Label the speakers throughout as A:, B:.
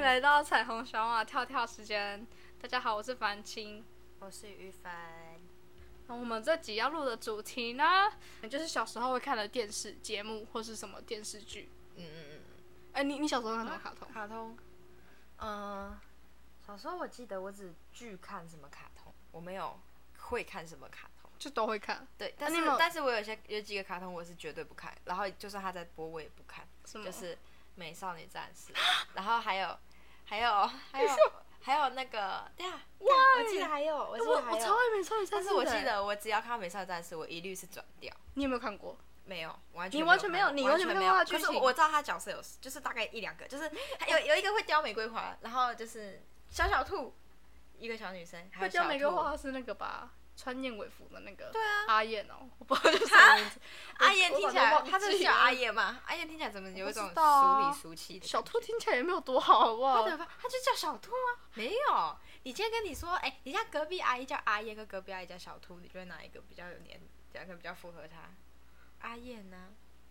A: 来到彩虹小马跳跳时间，大家好，我是凡青。
B: 我是于凡，
A: 那我们这集要录的主题呢，就是小时候会看的电视节目或是什么电视剧。
B: 嗯嗯
A: 哎、你你小时候看什么卡通？
B: 卡通，嗯，小时候我记得我只剧看什么卡通，我没有会看什么卡通。
A: 就都会看，
B: 对，但
A: 啊你
B: 是
A: 有
B: 但是我有些有几个卡通我是绝对不看，然后就算他在播我也不看，
A: 什么
B: 就是《美少女战士》， 然后还有 还有还有还有那个对啊，对啊我记得还有，我记
A: 我
B: 得还
A: 我超
B: 有，
A: 爱美少女战
B: 但
A: 士
B: 是我
A: 的
B: 记，得我只要看到《美少女战士》，我一律是转掉。
A: 你有没有看过？
B: 没有，完全
A: 你完全没有
B: 看过
A: 你
B: 完
A: 完
B: 全
A: 全
B: 没
A: 没有啊看
B: 可
A: 过
B: 是
A: 剧情
B: 我知道他角色有，就是大概一两 个，就是还有有一个会叼玫瑰花，然后就是小小兔，一个小女生，还
A: 会
B: 有小
A: 叫玫瑰
B: 兔
A: 花是那个吧？穿燕尾服的那个，
B: 对啊
A: 阿燕哦，我不知道叫什么名字。
B: 阿燕听起
A: 我
B: 来
A: 早，就
B: 她
A: 忘
B: 这
A: 记
B: 是叫阿
A: 了
B: 燕吗？阿燕听起来怎么有一
A: 不知
B: 种
A: 道啊
B: 俗里俗气的
A: 小哦
B: 感
A: 兔
B: 觉
A: 听起来也没有多好，好不
B: 她
A: 好？
B: 的她就叫小兔啊，没有。你今天跟你说，哎、你家隔壁阿姨叫阿燕，跟隔壁阿姨叫小兔，你觉得哪一个比较有年，哪个比较符合她？阿 燕呢、o h my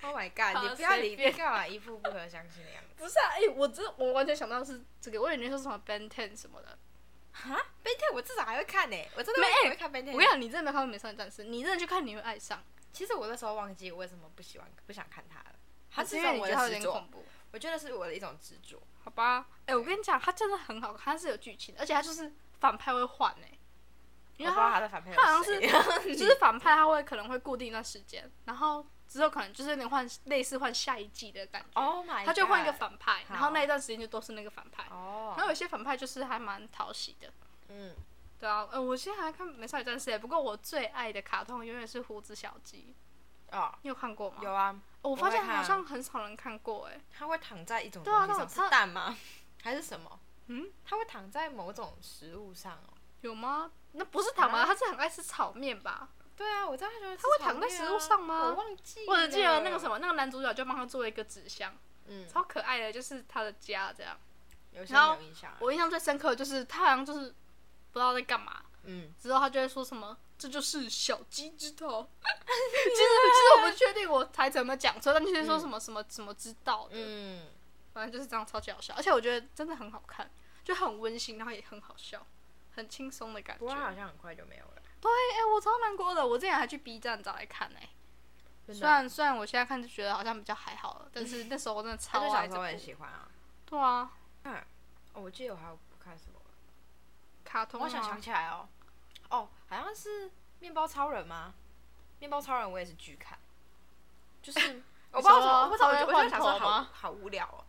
A: 好
B: god！你不要
A: 随
B: 理，你
A: 便
B: 干嘛一副不可相信的样子？
A: 不是啊，哎、我这我完全想到是这个，我以为你说什么 Ben Ten 什么的。
B: 啊，Ben Ten 我至少还会看呢、我真的
A: 没
B: 会
A: 哎
B: 会看 Ben
A: 我
B: Ten。
A: 跟你讲，你真的没有看过《美少女战士》，你真的去看你会爱上，
B: 其实我那时候忘记我为什么不喜欢、不想看它了。它
A: 是
B: 是
A: 因为你
B: 我
A: 觉得它有
B: 的执
A: 点
B: 着，
A: 恐怖，
B: 我觉得是我的一种执着。
A: 好吧？哎、我跟你讲，它真的很好看，它是有剧情的，而且它就是反派会换哎、因
B: 我
A: 为
B: 不知道
A: 它
B: 它的反派有
A: 它好像是哦
B: 谁啊
A: 就是反派，他会可能会固定一段时间，然后之后可能就是有点换类似换下一季的感觉，
B: Oh my，
A: 他就换一个
B: God
A: 反派，然
B: 好
A: 后那一段时间就都是那个反派，然后
B: 哦，
A: 有些反派就是还蛮讨喜的。
B: 嗯，
A: 对啊，呃，我现在还看《美少女战士》欸，不过我最爱的卡通永远是《胡子小鸡》，
B: 哦，
A: 你有看过吗？
B: 有啊，
A: 哦，我
B: 我
A: 发
B: 会
A: 现
B: 看
A: 好
B: 啊
A: 像很少人看过哎、
B: 它会躺在一种
A: 对啊
B: 东西
A: 那我
B: 上，是蛋吗？ 还是什么？
A: 嗯，
B: 它会躺在某种食物上哦。
A: 有吗？那不是躺吗？
B: 啊
A: 他是很爱吃炒面吧？
B: 对啊，我知道它喜欢吃
A: 它会
B: 草
A: 躺在
B: 莓
A: 食物
B: 啊
A: 上吗
B: 我忘记，
A: 我只记得那个什
B: 么，
A: 么，那个男主角就帮他做了一个纸箱，
B: 嗯，
A: 超可爱的，就是他的家这样。
B: 有些
A: 然后
B: 有印象啊，
A: 我印象最深刻的就是他好像就是不知道在干嘛，
B: 嗯，
A: 之后他就会说什么“这就是小鸡知道”， 其实其实我不确定我台词有没有讲错，但就是说什么什么什么知道的，
B: 嗯，
A: 反正就是这样超级好笑，而且我觉得真的很好看，就很温馨，然后也很好笑，很轻松的感觉。
B: 不过它好
A: 哎、
B: 像很快就没有了。
A: 哎，我超难过的，我之前还去 B 站找来看哎、
B: 真的
A: 虽然虽然我现在看就觉得好像比较还好了，但是那时候我真的
B: 他
A: 超爱
B: 就小
A: 这
B: 时候很
A: 部。
B: 喜欢啊。
A: 对啊，
B: 哦，我记得我还有看什么？
A: 卡通、啊。
B: 我想想起来哦，哦，好像是面包超人吗？面包超人我也是剧看，就是 我不知道为什么，我不知道，我
A: 他
B: 就
A: 会
B: 我就想说
A: 换头
B: 好
A: 吗
B: 好无聊哦。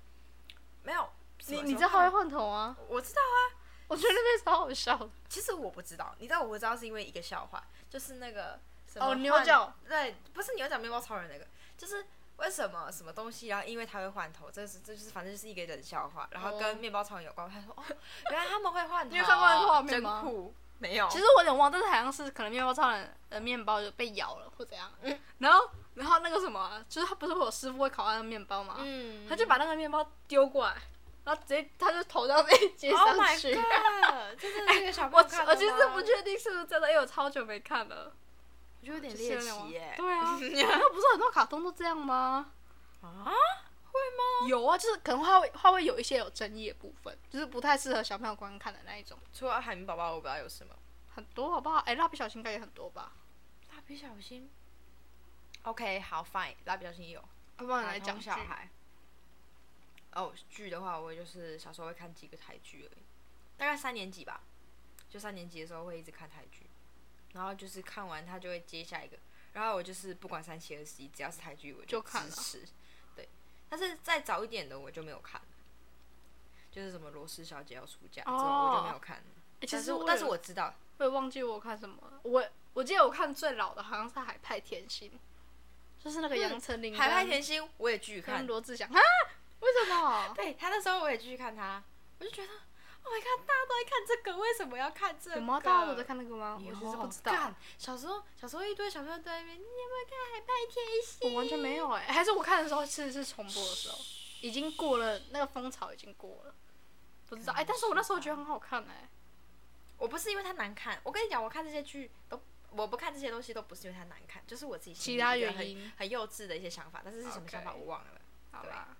B: 没有，什
A: 你
B: 么
A: 你知
B: 什
A: 道
B: 么
A: 他会
B: 看
A: 换头吗？
B: 我知道啊。
A: 我觉得那边超好笑的。
B: 其实我不知道，你知道我不知道是因为一个笑话，就是那个什么
A: 哦
B: 换
A: 牛角，
B: 对，不是牛角面包超人那个，就是为什么什么东西，然后因为他会换头，这是这就是反正就是一个冷笑话，然后跟面包超人有关。他说哦，原来他们会换 头，
A: 你有看过那个画面
B: 真
A: 吗
B: 酷，没 有。
A: 其实我有点忘，但是好像是可能面包超人的面包就被咬了或怎样。
B: 嗯
A: 然后然后那个什么啊，就是他不是会有师傅会烤他的面包吗？
B: 嗯
A: 他就 把那个面包丢过来，然后直接他就头这样被接上
B: Oh my
A: 去。
B: god！这是那个小
A: 我
B: 朋友看的
A: 我其实
B: 吗
A: 不确定是不是真的，因为我超久没看了，
B: 我觉得有点
A: 就是有
B: 猎
A: 点忘
B: 奇耶。
A: 对 啊，然后不是很多卡通都这样吗？
B: 啊，
A: 有啊，就是可能它会它会有一些有争议的部分，就是不太适合小朋友观看的那一种，
B: 除了海绵宝宝，我不知道有什么。
A: 很多好不好？哎、蜡笔小新应该也很多吧？
B: 蜡笔小新。OK，好，fine。蜡笔小新有。
A: 要啊不然来
B: 卡通
A: 讲
B: 小
A: 剧
B: 孩。哦，剧的话，我也就是小时候会看几个台剧而已，大概三年级吧，就三年级的时候会一直看台剧，然后就是看完它就会接下一个，然后我就是不管三七二十一，只要是台剧我
A: 就看
B: 支
A: 了
B: 持。对，但是再早一点的我就没有看了，就是什么罗氏小姐要暑假之后我就没有看了。
A: 哎其
B: 但
A: 实
B: 是
A: 我
B: 我
A: 有
B: 但是我知道，
A: 我也忘记我看什么了。我我记得我看最老的好像是《海派甜心》，就是那个杨丞琳、
B: 《海派甜心》我也继续看
A: 跟，罗志祥啊？为什 么？
B: 对他那时候我也继续看他，我就觉得，Oh my god，大家都在看这个，为什么要看这个？
A: 有吗？大家都在看那个啊吗？我
B: 有
A: 其实不知道
B: 干，小时候小时候一堆小朋友都在那边，你有没有看海派甜心？
A: 我完全没有哎、还是我看的时候是是重播的时候，已经过了那个风潮，已经过了，不知道哎、但是我那时候觉得很好看哎、
B: 我不是因为它难看，我跟你讲，我看这些剧都。我不看这些东西都不是因为它难看，就是我自己心
A: 其
B: 里
A: 他
B: 一个
A: 原
B: 很
A: 因
B: 很幼稚的一些想法，但是是什么想法
A: OK
B: 我忘了。
A: 好吧。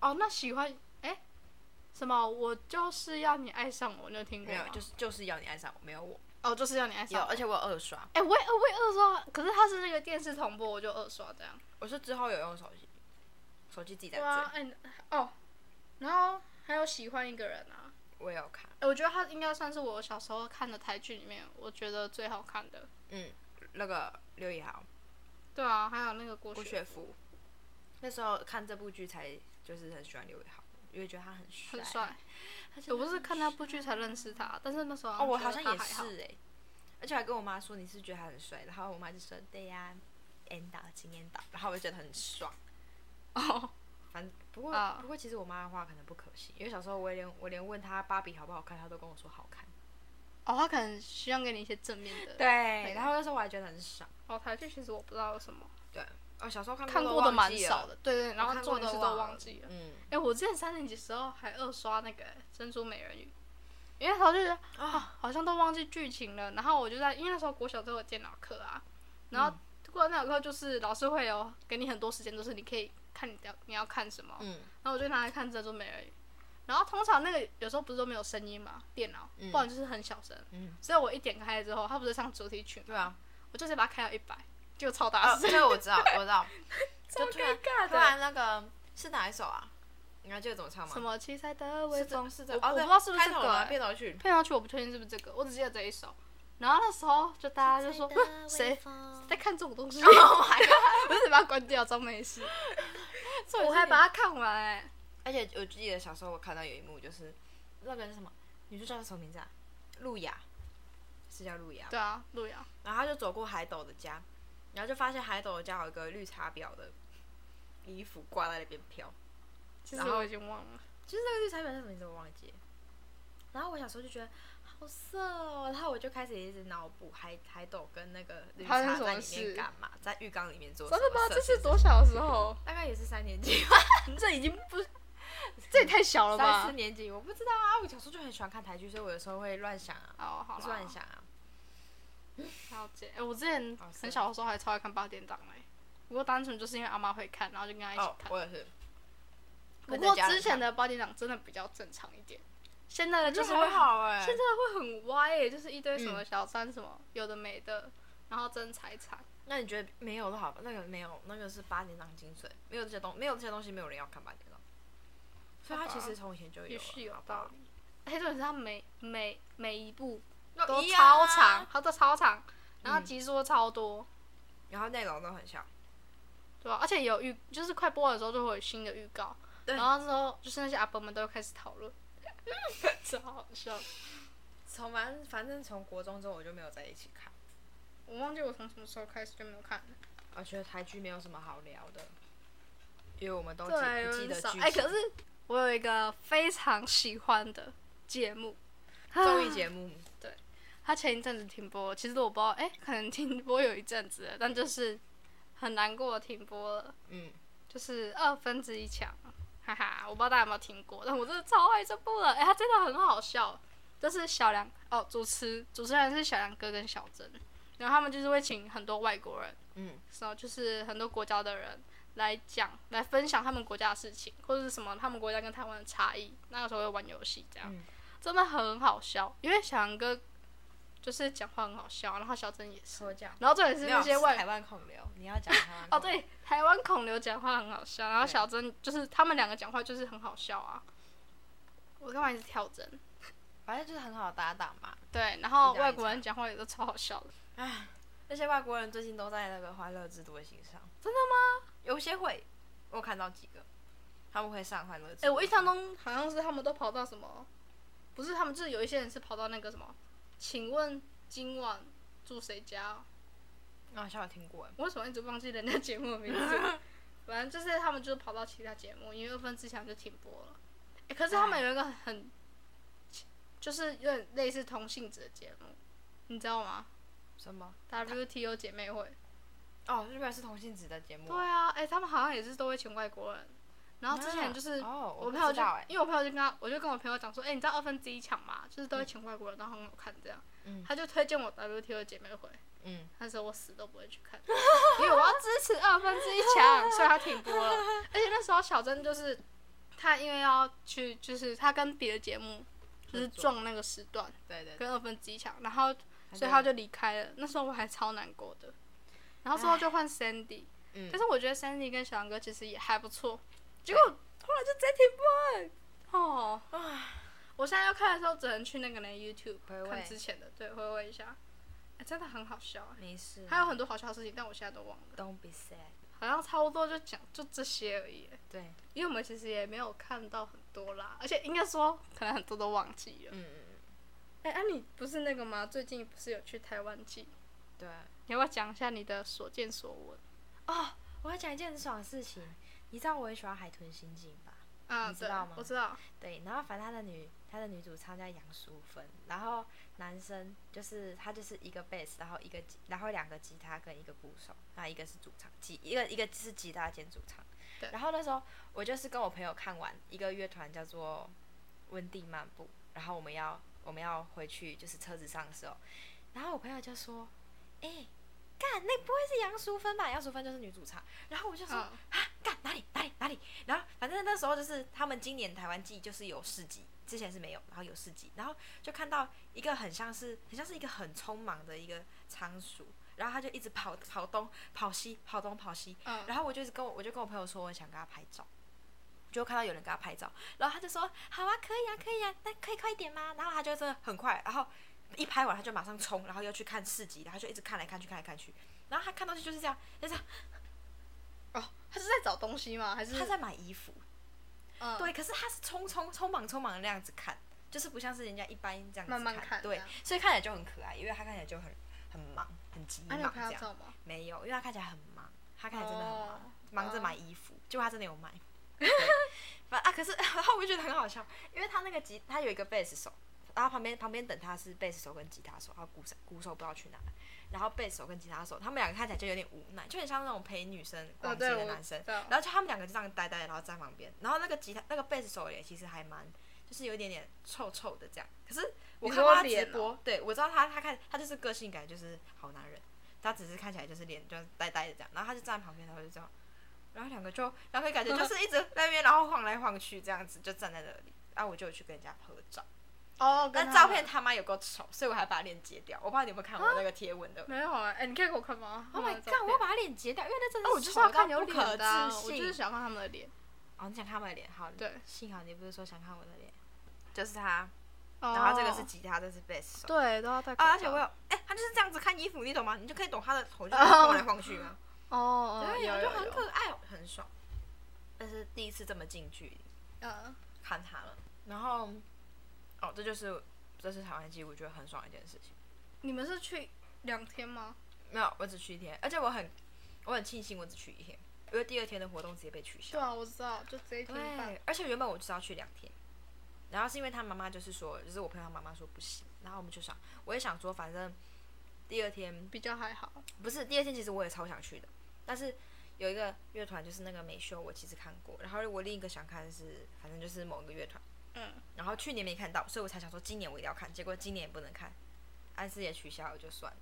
A: 哦，那喜欢哎、什么我就是要你爱上我，你有听过
B: 没
A: 吗
B: 有，？就是就是要你爱上我，没有我
A: 哦，就是要你爱
B: 有，
A: 上我。
B: 而且我有二刷，
A: 哎、我也我也二刷，可是它是那个电视重播，我就二刷这样。
B: 我是之后有用手机，手机自己在
A: 对
B: 追，
A: 啊，哎、哦，然后还有喜欢一个人啊，
B: 我也有看，
A: 哎、我觉得它应该算是我小时候看的台剧里面，我觉得最好看的。
B: 嗯，那个刘以豪、
A: 对啊，还有那个郭
B: 郭
A: 雪
B: 雪芙，那时候看这部剧才就是很喜欢刘以豪，因为觉得他很帅，
A: 很帅。 我不是看那部剧才认识他，但是那欸时候
B: 哦，我好
A: 觉得
B: 像
A: 他
B: 也
A: 还好
B: 是哎、而且还跟我妈说你是不是觉得他很帅，然后我妈就说对呀、n 导金 N 导，然后我就觉得很爽。
A: 哦，
B: 反正不过、
A: 啊
B: 不过其实我妈的话可能不可信，因为小时候我也连我连问她芭比好不好看，她都跟我说好看。
A: 哦，他可能希望给你一些正面的。
B: 对，然后那时候我还觉得很爽。
A: 哦，台剧其实我不知道有什么，
B: 哦，小时候看
A: 看
B: 过
A: 过
B: 的
A: 的蛮少，的，对对，然
B: 我
A: 后
B: 看
A: 做
B: 过
A: 的
B: 是
A: 事都忘记了。
B: 嗯，
A: 哎、我之前三年级时候还二刷那个《珍珠美人鱼》，因为那时候就觉得啊，好像都忘记剧情了。然后我就在，因为那时候国小都有电脑课啊，然后
B: 嗯
A: 过了电脑课就是老师会有给你很多时间，就是你可以看你要你要看什么。
B: 嗯
A: 然后我就拿来看《珍珠美人鱼》，然后通常那个有时候不是都没有声音嘛，电脑，不然就是很小声。
B: 嗯
A: 所以我一点开之后，它不是唱主题曲
B: 对
A: 嘛，
B: 啊。
A: 我就直接把它开到一百，就超
B: 啊，
A: 大声，
B: 这个我知道，我知道。
A: 超
B: 就突然
A: 哦尴尬
B: 突
A: 的。
B: 然那个是哪一首啊？你还记得怎么唱吗？
A: 什么七彩的微
B: 是
A: 风
B: 这？是这
A: 我我
B: 哦，
A: 不
B: 对
A: 知道是不是
B: 开
A: 这
B: 头
A: 个、
B: 啊
A: 欸。
B: 变 头曲。
A: 配上去我不确定是不是这个，我只记得这一首。然后那时候就大家就说，哼 谁在看这种东西？
B: Oh my god！
A: 我就直接把它关掉，装没事。
B: 点
A: 我还把它看完哎、
B: 而且我记得小时候我看到有一幕就是那个是什么女主角叫什么名字啊？路雅，是叫路雅。
A: 对啊，路遥。
B: 然后他就走过海斗的家，然后就发现海斗的家有一个绿茶婊的衣服挂在那边飘。
A: 其实
B: 然后
A: 我已经忘了。
B: 其实那个绿茶婊叫什么名字我忘记了。然后我小时候就觉得好色哦，然后我就开始一直脑补海海斗跟那个绿
A: 发生什
B: 茶在
A: 么
B: 里面
A: 事
B: 干嘛，在浴缸里面做什
A: 真的吗
B: 么？色
A: 这是
B: 情事
A: 多小的时候？
B: 大概也是三年级吧，
A: 这已经 不，这也太小了
B: 三四
A: 吧？
B: 年级，我不知道啊。我小时候就很喜欢看台剧，所以我有时候会乱想啊，
A: 哦，好啦
B: 不是乱想啊。
A: 了解。哎、我之前
B: 好色
A: 很小的时候还超爱看八点档哎、不过单纯就是因为阿妈会看，然后就跟她一起
B: 哦，
A: 看。
B: 我也是。
A: 不过之前
B: 的
A: 的八点档真的比较正常一点，现在的
B: 就
A: 就是是会
B: 很好哎、
A: 现在会很歪耶、就是一堆什
B: 嗯
A: 么小三什么、有的没的，然后争财产。
B: 那你觉得没有的好吧？那个没有，那个是八点档精髓，没有这些东，没有这些东西，没有人要看八点档。所以它
A: 好吧
B: 其实从以前就有了，啊
A: 也是有
B: 好不好
A: 道理。而且重点是他每每每一部
B: 那
A: 都
B: 一样
A: 超
B: 啊嗯
A: 长，他都超长，然后集数都超多，
B: 然后内容都很像。
A: 对吧、而且有预，就是快播完的时候就会有新的预告，
B: 对
A: 然后之后就是那些阿伯们都会开始讨 论，超好笑。
B: 从反反正从国中之后我就没有在一起看，
A: 我忘记我从什么时候开始就没有看了，
B: 我觉得台剧没有什么好聊的，因为我们都记
A: 对，
B: 不
A: 有
B: 记
A: 点
B: 得
A: 少。
B: 剧情。
A: 哎、可是我有一个非常喜欢的节目，
B: 综艺节目
A: 他前一阵子停播，其实我不知道，哎、可能停播有一阵子了，但就是很难过停播了，
B: 嗯，
A: 就是二分之一强，哈哈，我不知道大家有没有听过，但我真的超爱这部了，哎、它真的很好笑，就是小梁哦，主持主持人是小梁哥跟小珍，然后他们就是会请很多外国人，
B: 嗯，
A: 然后就是很多国家的人。来讲，来分享他们国家的事情，或者是什么他们国家跟台湾的差异。那个时候会玩游戏，这样、
B: 嗯
A: 真的很好笑。因为小杨哥就是讲话很好笑，然后小珍也是，
B: 说讲
A: 然后重点是
B: 没
A: 那
B: 有
A: 些
B: 是
A: 外
B: 台湾孔流，你要讲台湾
A: 哦
B: 孔流
A: 对，台湾孔刘讲话很好笑，然后
B: 对
A: 小珍就是他们两个讲话就是很好笑啊。我干嘛一直跳针？
B: 反正就是很好的搭档嘛。
A: 对，然后
B: 一打一
A: 外国人讲话也都超好笑的，
B: 那些外国人最近都在那个《欢乐之都》的形上，真的吗？有些会，我有看到几个，他们会上《欢乐之
A: 哎、
B: 都》。
A: 我印象中好像是他们都跑到什么，不是他们就是有一些人是跑到那个什么，请问今晚住谁家哦、
B: 啊我好像有听过耶，
A: 我为什么一直忘记人家节目的名 字？反正就是他们就是跑到其他节目，因为二分之强就停播了。欸可是他们有一个很，就是有点类似同性质的节目，你知道吗
B: 什么？
A: ？WTO 姐妹会。
B: 哦，日本是同性质的节目。
A: 对啊，哎、他们好像也是都会请外国人。然后之前就是、
B: 啊哦，
A: 我
B: 不
A: 朋友
B: 知
A: 就
B: 道哎，
A: 因为我朋友就跟他，我就跟我朋友讲说，哎、你知道二分之一强吗？就是都会请外国人，然后很好看这样。
B: 嗯
A: 他就推荐我 WTO 姐妹会。
B: 嗯，
A: 但是我死都不会去看， 因为我要支持二分之一强，所以他停播了。而且那时候小珍就是，他因为要去，就是他跟别的节目就是撞那个时段，
B: 对对，对
A: 跟二分之一抢，然后
B: 他
A: 所以
B: 就
A: 他就离开了。那时候我还超难过的，然后之后就换 Sandy，
B: 嗯
A: 但是我觉得 Sandy 跟小杨哥其实也还不错，结果后来就直接停播了。哦，我现在要看的时候只能去那个呢 YouTube
B: 回味
A: 看之前的，对，回味一下，哎真的很好笑、哎
B: 没事，
A: 还有很多好笑的事情，但我现在都忘了，
B: Don't be sad，
A: 好像差不多就讲就这些而已、哎
B: 对，
A: 因为我们其实也没有看到很多啦，而且应该说可能很多都忘记了。
B: 嗯嗯嗯，
A: 哎、啊你不是那个吗？最近不是有去台湾记？
B: 对。
A: 你要不要讲一下你的所见所闻？
B: 哦，我要讲一件很爽的事情，你知道我很喜欢海豚刑警吧？
A: 啊，
B: 你知
A: 对
B: 道吗，
A: 我知道。
B: 对，然后反正他的女他的女主唱叫杨淑芬，然后男生就是他就是一个贝斯，然后一个吉然后两个吉他跟一个鼓手，那一个是主唱，吉一个一个是吉他兼主唱。
A: 对
B: 然后那时候我就是跟我朋友看完一个乐团叫做温蒂漫步，然后我们要我们要回去就是车子上的时候，然后我朋友就说：“哎、干那不会是杨淑芬吧？杨淑芬就是女主唱。”然后我就说：“
A: 嗯
B: 啊，干哪里哪里哪里？然后反正那时候就是他们今年台湾季就是有市集，之前是没有，然后有市集，然后就看到一个很像是很像是一个很匆忙的一个仓鼠，然后它就一直跑跑东跑西跑东跑西，
A: 嗯，
B: 然后我就一直跟我我就跟我朋友说我想跟他拍照，就看到有人跟他拍照，然后他就说好啊，可以啊，可以啊，那可以快一点吗？然后他就真的很快，然后一拍完他就马上冲，然后又去看市集，然后就一直看来看去看来看去，然后他看到去就是这样，就是
A: 哦，他是在找东西吗？还是
B: 他在买衣服，
A: 嗯，
B: 对，可是他是匆匆匆忙匆忙的那样子看，就是不像是人家一般这样子
A: 慢慢看
B: 对
A: 这样，
B: 所以看起来就很可爱，因为他看起来就很很忙，很急
A: 啊，
B: 忙
A: 你有拍
B: 这
A: 到
B: 样。
A: 照吗？
B: 没有，因为他看起来很忙，他看起来真的很忙，
A: 哦
B: 忙着
A: 哦
B: 买衣服，结果他真的有买。 对反啊，可是然后我就觉得很好笑，因为他那个吉，他有一个贝斯手，然后旁边旁边等他是贝斯手跟吉他手，啊然后鼓手鼓手不知道去哪了，然后贝斯手跟吉他手，他们两个看起来就有点无奈，就很像那种陪女生逛街
A: 哦对
B: 的哦
A: 我
B: 男生，
A: 知道
B: 然后就他们两个就这样呆呆的，然后站旁边，然后那个吉他那个贝斯手也其实还蛮，就是有一点点臭臭的这样，可是我
A: 你
B: 看
A: 说
B: 过他直
A: 脸
B: 播，
A: 哦
B: 对我知道他他看他就是个性感就是好男人。他只是看起来就是脸就是呆呆的这样，然后他就站在旁边，然后就这样，然后两个就，然后感觉就是一直在那边，然后晃来晃去这样子，就站在那里。然后我就有去跟人家合照，
A: 哦，跟
B: 但
A: 他
B: 照片他妈有够丑，所以我还把脸截掉。我不知道你有没有看我那个贴文的。
A: 没有啊？哎、你可以给我看吗
B: 啊 Oh my
A: 他们的
B: god！
A: 照片
B: 我要把他脸截掉，因为那真的
A: 啊，我就是
B: 丑
A: 要
B: 到
A: 看有
B: 不
A: 脸
B: 可
A: 的啊、
B: 置
A: 我就是
B: 信。
A: 想看他们的脸。
B: 哦，你想看我的脸？好，
A: 对，
B: 幸好你不是说想看我的脸，就是他。
A: 哦，
B: 然后这个是吉他，这是贝斯手。
A: 对，都要戴口罩。
B: 啊，而且我有，哎，他就是这样子看衣服，你懂吗？你就可以懂他的头就
A: 哦
B: 是晃来晃去 吗？
A: 哦哦，
B: 对，
A: 有
B: 我
A: 有
B: 就很
A: 有，
B: 可爱，哦很爽。但是第一次这么近距离
A: 嗯，
B: 看他了，然后哦，这就是这是台湾记，我觉得很爽的一件事情。
A: 你们是去两天吗？
B: 没有，我只去一天，而且我很我很庆幸我只去一天，因为第二天的活动直接被取消
A: 对。啊，我知道，就这一天半。
B: 对，而且原本我就是要去两天，然后是因为他妈妈就是说，就是我朋友他妈妈说不行，然后我们就想，我也想说，反正第二天
A: 比较还好，
B: 不是第二天，其实我也超想去的，但是有一个乐团就是那个美秀，我其实看过，然后我另一个想看是，反正就是某一个乐团，
A: 嗯，
B: 然后去年没看到，所以我才想说今年我一定要看，结果今年也不能看，安斯也取消了就算了，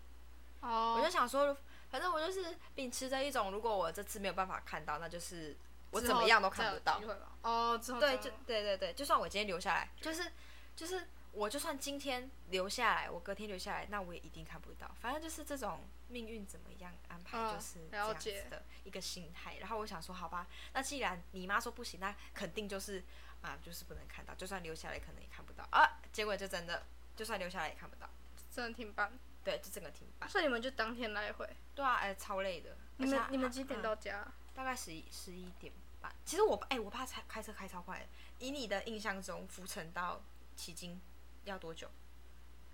B: 我
A: 哦，
B: 就想说，反正我就是秉持着一种，如果我这次没有办法看到，那就是我怎么样都看不到
A: 之后，再有机会吧哦，之后
B: 对，
A: 再
B: 就
A: 有
B: 对对对，就算我今天留下来，就是就是我就算今天留下来，我隔天留下来，那我也一定看不到。反正就是这种命运怎么样安排，
A: 嗯
B: 就是这
A: 了
B: 样子
A: 解
B: 的一个心态。然后我想说，好吧，那既然你妈说不行，那肯定就是啊、就是不能看到，就算留下来可能也看不到啊。结果就真的，就算留下来也看不到，
A: 真的挺棒。
B: 对，就整个停摆。
A: 所以你们就当天来回。
B: 对啊，哎、超累的。
A: 你
B: 而且
A: 们
B: 还
A: 你们几点
B: 嗯
A: 到家？
B: 大概十一十一点半。其实我哎、我怕开开车开超快的。以你的印象中，浮城到迄今要多久？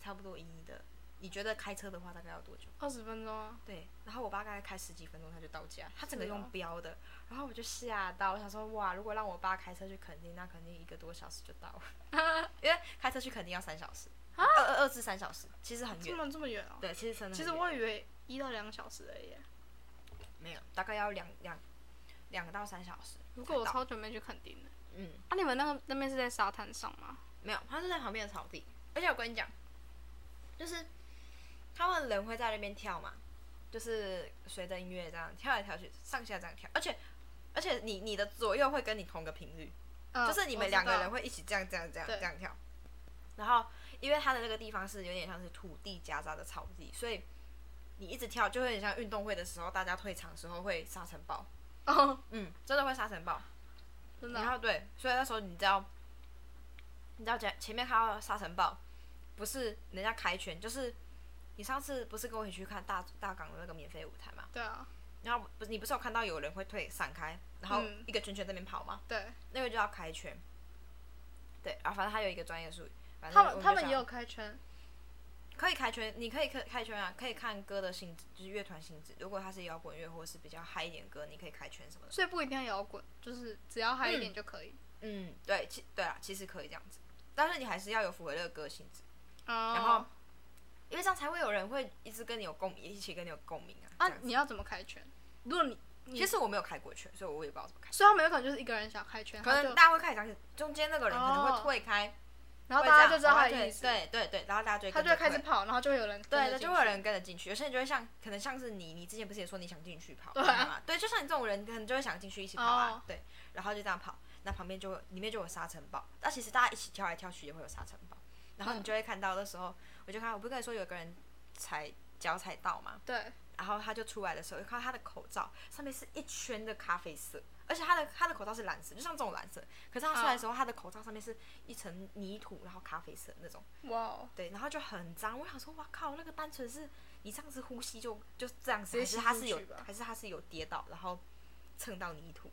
B: 差不多以你的，你觉得开车的话大概要多久？
A: 二十分钟啊！
B: 对，然后我爸大概开十几分钟他就到家，他整个
A: 是
B: 用
A: 哦
B: 飙的，然后我就吓到，我想说哇，如果让我爸开车去垦丁，那肯定一个多小时就到了， 因为开车去垦丁要三小时，二二二至三小时，其实很
A: 啊这
B: 远。
A: 么这么远哦、
B: 对，其实真的很
A: 其实
B: 远
A: 我以为一到两个小时而已耶。
B: 没有，大概要两两两到三小时才到。
A: 如果我超久没去垦丁了，
B: 嗯，
A: 啊，你们那个那边是在沙滩上吗？
B: 没有，他是在旁边的草地。而且我跟你讲，就是他们人会在那边跳嘛，就是随着音乐这样跳来跳去，上下这样跳，而且而且你你的左右会跟你同个频率，
A: 嗯
B: 就是你
A: 我
B: 们
A: 知
B: 两个
A: 道
B: 人会一起这样这样这样
A: 对
B: 这样跳。然后，因为它的那个地方是有点像是土地夹杂的草地，所以你一直跳就会很像运动会的时候，大家退场的时候会沙尘暴。
A: 哦，
B: 嗯，真的会沙尘暴。
A: 真的
B: 然
A: 啊，
B: 后对，所以那时候你知道，你知道前前面看到沙尘暴，不是人家开拳，就是你上次不是跟我一起去看大大港的那个免费舞台嘛？
A: 对啊，
B: 然后不是你不是有看到有人会退闪开，然后
A: 嗯
B: 一个圈圈在那边跑吗？
A: 对，
B: 那个就要开圈。对，啊，反正它有一个专业术语，反正
A: 他
B: 我
A: 们
B: 就
A: 他们
B: 想
A: 也有开圈，
B: 可以开圈，你可以开开圈啊，可以看歌的性质，就是乐团性质。如果它是摇滚乐或是比较嗨一点歌，你可以开圈什么的。
A: 所以不一定要摇滚，就是只要嗨一点就可以。
B: 嗯，对，其对啊，其实可以这样子，但是你还是要有符合这个歌性质，
A: 然
B: 然后因为这样才会有人会一直跟你有共鸣，一起跟你有共鸣
A: 啊
B: 啊。这样，子
A: 你要怎么开圈？如果你你
B: 其实我没有开过圈，所以我也不知道怎么开。
A: 所以他们有可能就是一个人想开圈，
B: 可
A: 他
B: 能
A: 就
B: 大家会开始讲，中间那个人可能
A: 哦
B: 会退开，
A: 然后
B: 会
A: 大家
B: 这样
A: 就知道
B: 然
A: 他
B: 后
A: 的
B: 对
A: 意思，
B: 对对对，然后大家就会
A: 他
B: 跟
A: 就会
B: 着
A: 开始
B: 退
A: 跑，然后就会有人跟
B: 对，
A: 着
B: 那
A: 进
B: 就会有
A: 去
B: 人跟着进去。有些人就会像，可能像是你，你之前不是也说你想进去跑，
A: 对啊
B: 嘛？对，就像你这种人，可能就会想进去一起跑啊。
A: 哦
B: 对，然后就这样跑，那旁边就会里面就有沙尘暴，那其实大家一起跳来跳去也会有沙尘暴，然后你就会看到那时候，我就看到我不是跟你说有个人踩脚踩到嘛，
A: 对，
B: 然后他就出来的时候，就看到他的口罩上面是一圈的咖啡色，而且他的他的口罩是蓝色，就像这种蓝色，可是他出来的时候，他的口罩上面是一层泥土，然后咖啡色那种。
A: 哇哦，
B: 对，然后就很脏。我想说，哇靠，那个单纯是你这样子呼吸就就这样
A: 直接
B: 子，还
A: 吸
B: 是他
A: 进
B: 是有
A: 去吧，
B: 还是他是有跌倒，然后蹭到泥土。